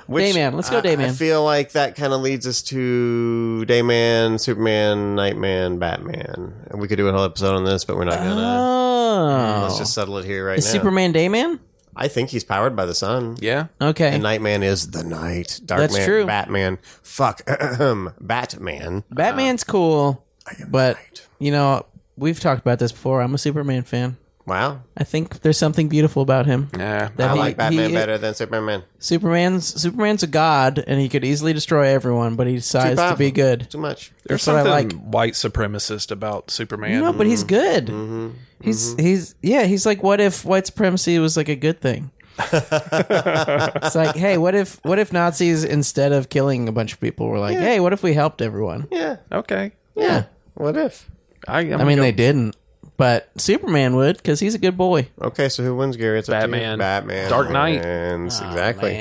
Which
Dayman. Let's go,
I- I,
Dayman.
feel like that kind of leads us to Dayman, Superman, Nightman, Batman. And we could do a whole episode on this, but we're not gonna.
Oh.
Let's just settle it here right
Is
now.
Superman Dayman?
I think he's powered by the sun.
Yeah.
Okay.
And Nightman is the night. Darkman,
That's true.
Batman. Fuck. Batman.
Batman's cool, but
right.
you know we've talked about this before. I'm a Superman fan.
Wow.
I think there's something beautiful about him.
Yeah.
That
I
he-
like Batman
he-
better than Superman.
Superman's Superman's a god, and he could easily destroy everyone, but he decides to
powerful.
be good.
Too much.
There's
what I
something white supremacist about Superman.
No, but
Mm-hmm.
he's good. He's he's yeah. He's like, what if white supremacy was like a good thing? it's like, hey, what if what if Nazis instead of killing a bunch of people were like, hey, what if we helped everyone?
Yeah.
okay.
Yeah. What if?
I, I'm
I mean, they didn't, but Superman would because he's a good boy.
Okay, so who wins, Gary? It's up to you.
Batman.
Batman.
Dark Knight.
Wins.
Oh,
exactly.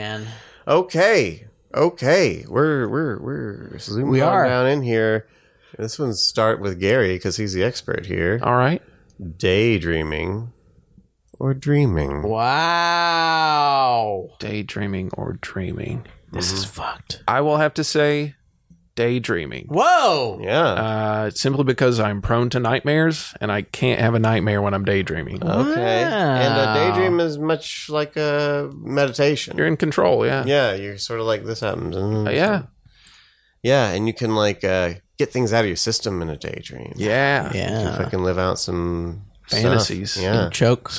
Okay. Okay. We're we're we're zooming
We
on
are.
down in here. This one's start with Gary because he's the expert here.
All right.
Daydreaming or dreaming?
Wow,
Daydreaming or dreaming.
this is
Mm-hmm.
fucked.
I will have to say daydreaming.
Whoa,
Yeah.
Uh, simply because I'm prone to nightmares and I can't have a nightmare when I'm daydreaming.
Oh.
okay. And a
wow.
daydream is much like a meditation.
You're in control. Yeah.
yeah, you're sort of like this happens. Mm-hmm.
Uh, yeah.
Yeah, and you can like uh, get things out of your system in a daydream.
Yeah.
You can
yeah,
fucking live out some stuff.
Fantasies.
Yeah.
choke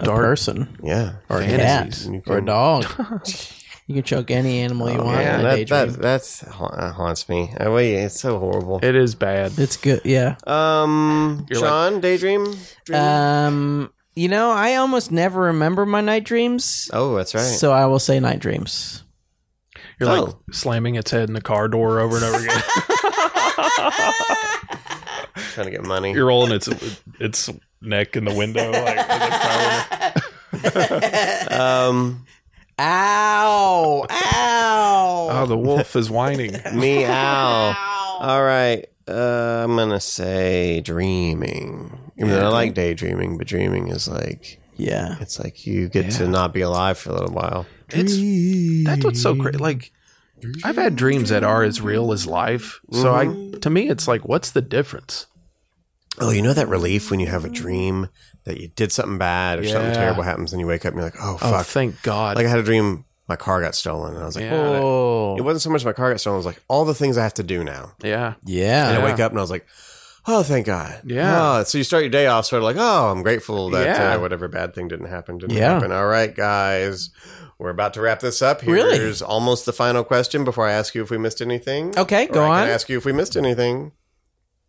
a person
Yeah.
or a cat
fantasies.
You
or a
can-
dog. you can choke any animal you want.
yeah,
Oh,
in a
that,
daydream.
that that's ha- haunts me. I wait, it's so horrible.
It is bad.
it's good. Yeah.
Um,
You're
Sean, daydream. Dream?
Um, you know, I almost never remember my night dreams,
oh, that's right.
so I will say night dreams.
You're like
Oh.
slamming its head in the car door over and over again.
trying to get money.
You're rolling its its neck in the window. Like, with a towel.
um,
Ow! Ow!
oh, the wolf is whining.
meow. All right. Uh, I'm gonna say dreaming. Even though I like daydreaming, but dreaming is like
yeah.
it's like you get to not be alive for a little while.
It's that's what's so great. Like I've had dreams that are as real as life. So I to me it's like what's the difference?
Oh, you know that relief when you have a dream that you did something bad or something
Yeah.
terrible happens and you wake up and you're like, oh,
Oh,
fuck.
thank God.
like I had a dream my car got stolen and I was like,
Yeah.
Oh,
it wasn't so much my car got stolen. It was like all the things I have to do now.
yeah.
And
yeah.
I wake up and I was like, oh, thank God.
Yeah.
Oh, so you start your day off sort of like, oh, I'm grateful that
Yeah.
uh, whatever bad thing didn't happen didn't
Yeah.
happen. All right, guys. We're about to wrap this up.
Really?
Here's almost the final question before I ask you if we missed anything.
Okay,
Or
go
I can
on.
ask you if we missed anything.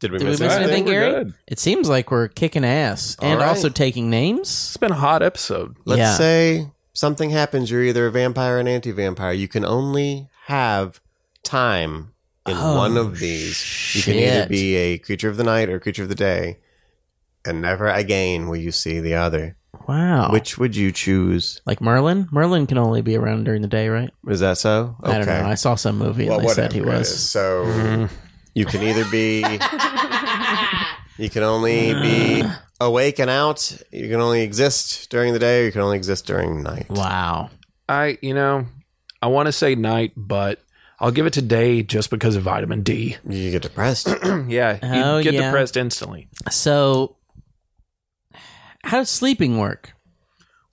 Did we
Did we
miss
miss
anything?
anything,
we're
Gary?
good.
It seems like we're kicking ass
All
and
right.
also taking names.
It's been a hot episode.
Let's
Yeah.
say something happens. You're either a vampire or an anti vampire. You can only have time in
Oh,
one of these. You can either
shit.
be a creature of the night or creature of the day, and never again will you see the other.
Wow.
Which would you choose?
like Merlin? Merlin can only be around during the day, right?
Is that so?
I don't know. I saw some movie and they said he
whatever it
was. Mm-hmm.
is. So you can either be. You can only be awake and out. You can only exist during the day. Or you can only exist during night.
Wow.
I you know, I want to say night, but I'll give it to day just because of vitamin D.
You get depressed.
yeah. You
Oh,
get
yeah.
depressed instantly.
So, how does sleeping work?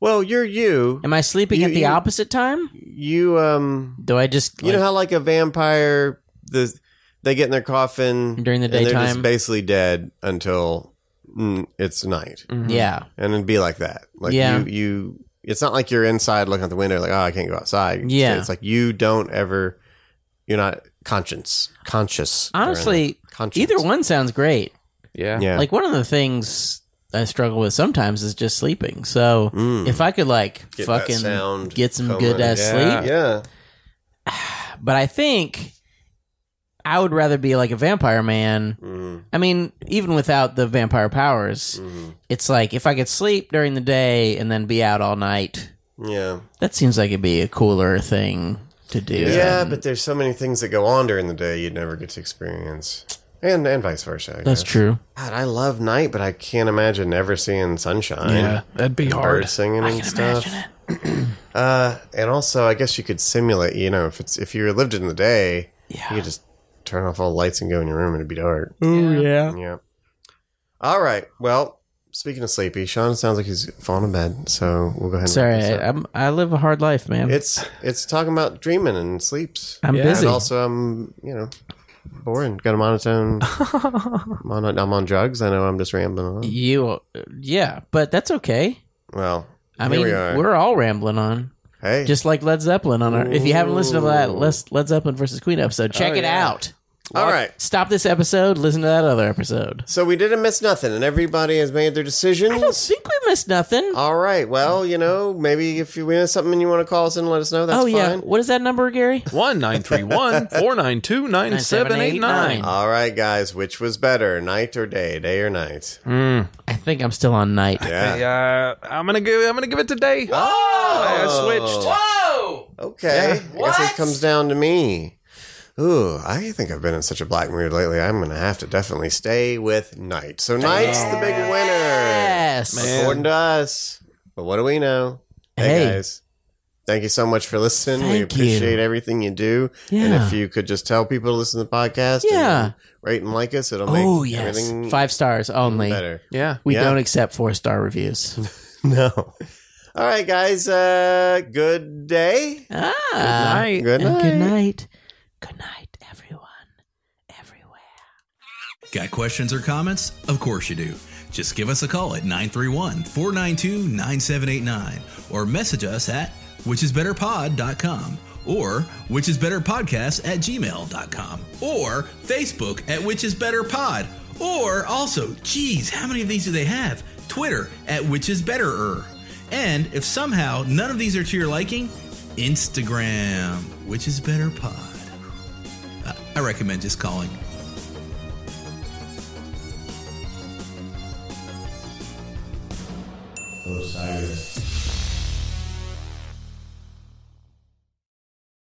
Well, you're you.
Am I sleeping
You-
at the
you-
opposite time?
You um
Do I just
you know
like-
how like a vampire the they get in their coffin
During the
and they're just
daytime?
basically dead until mm, it's night.
yeah,
And it'd be like that. Like
Yeah.
you you it's not like you're inside looking out the window like oh I can't go outside. You just
Yeah.
stay. It's like you don't ever you're not conscience conscious. during
Honestly,
the- conscience.
either one sounds great.
Yeah.
Yeah.
Like one of the things I struggle with sometimes is just sleeping. So
Mm.
if I could like
Get that
fucking
sound
get some
going.
good ass
Yeah.
sleep,
yeah.
but I think I would rather be like a vampire man.
Mm,
I mean, even without the vampire powers,
mm,
it's like if I could sleep during the day and then be out all night,
yeah.
that seems like it'd be a cooler thing to do.
Yeah.
than-
but there's so many things that go on during the day you'd never get to experience, and and vice versa. I
that's
guess.
true.
God, I love night, but I can't imagine never seeing sunshine.
Yeah, that'd be hard.
Birds singing and stuff. Uh, and also, I guess you could simulate. You know, if it's if you lived in the day, you could just turn off all the lights and go in your room, and it'd be dark.
Oh yeah.
Yeah. All right. Well, speaking of sleepy, Sean sounds like he's falling to bed, so we'll go ahead. and
Sorry,
wrap this up.
I, um, I'm, I live a hard life, man.
It's it's talking about dreaming and sleeps.
I'm
Yeah.
busy.
And also, I'm you know boring. Got a monotone. mono, I'm on drugs. I know I'm just rambling on.
you, uh, yeah, but that's okay.
Well,
I
here
mean,
we
we
are.
are all rambling on,
hey,
just like Led Zeppelin on our. If you haven't listened to that
Ooh.
Les- Led Zeppelin versus Queen episode, check
Oh,
it
yeah.
out.
all right.
Stop this episode. Listen to that other episode.
So we didn't miss nothing, and everybody has made their
I don't
decisions.
think we missed nothing.
All right. Well, you know, maybe if you miss something and you want to call us in, let us know. That's
oh yeah,
fine.
what is that number, Gary?
One nine three one four nine two nine seven eight nine.
All right, guys. Which was better, night or day? Day or night?
Mm, I think I'm still on night.
Yeah.
Yeah, uh, I'm gonna give. I'm gonna give it to Day. I switched.
Oh.
Oh!
Okay. I guess it comes down to me. Ooh, I think I've been in such a black mood lately. I'm going to have to definitely stay with Knight. So Knight's the big winner,
Yes.
according to us. But what do we know? Hey,
Hey.
guys. Thank you so much for listening. we
Thank you.
appreciate everything you do. And
Yeah.
if you could just tell people to listen to the podcast,
Yeah.
and rate and like us, it'll make
Oh yes.
everything
Five stars only.
better.
Yeah.
We
Yeah.
don't accept four star reviews.
No. All right, guys. Uh, good day.
ah.
Night.
Good
And
night.
good night. Good night, everyone. Everywhere.
Got questions or comments? Of course you do. Just give us a call at 931 492 9789 or message us at whichisbetterpod.com or whichisbetterpodcast at gmail.com or Facebook at whichisbetterpod or also, geez, how many of these do they have? Twitter at whichisbetterer. And if somehow none of these are to your liking, Instagram, which is better pod. I- I recommend just calling.
Osiris.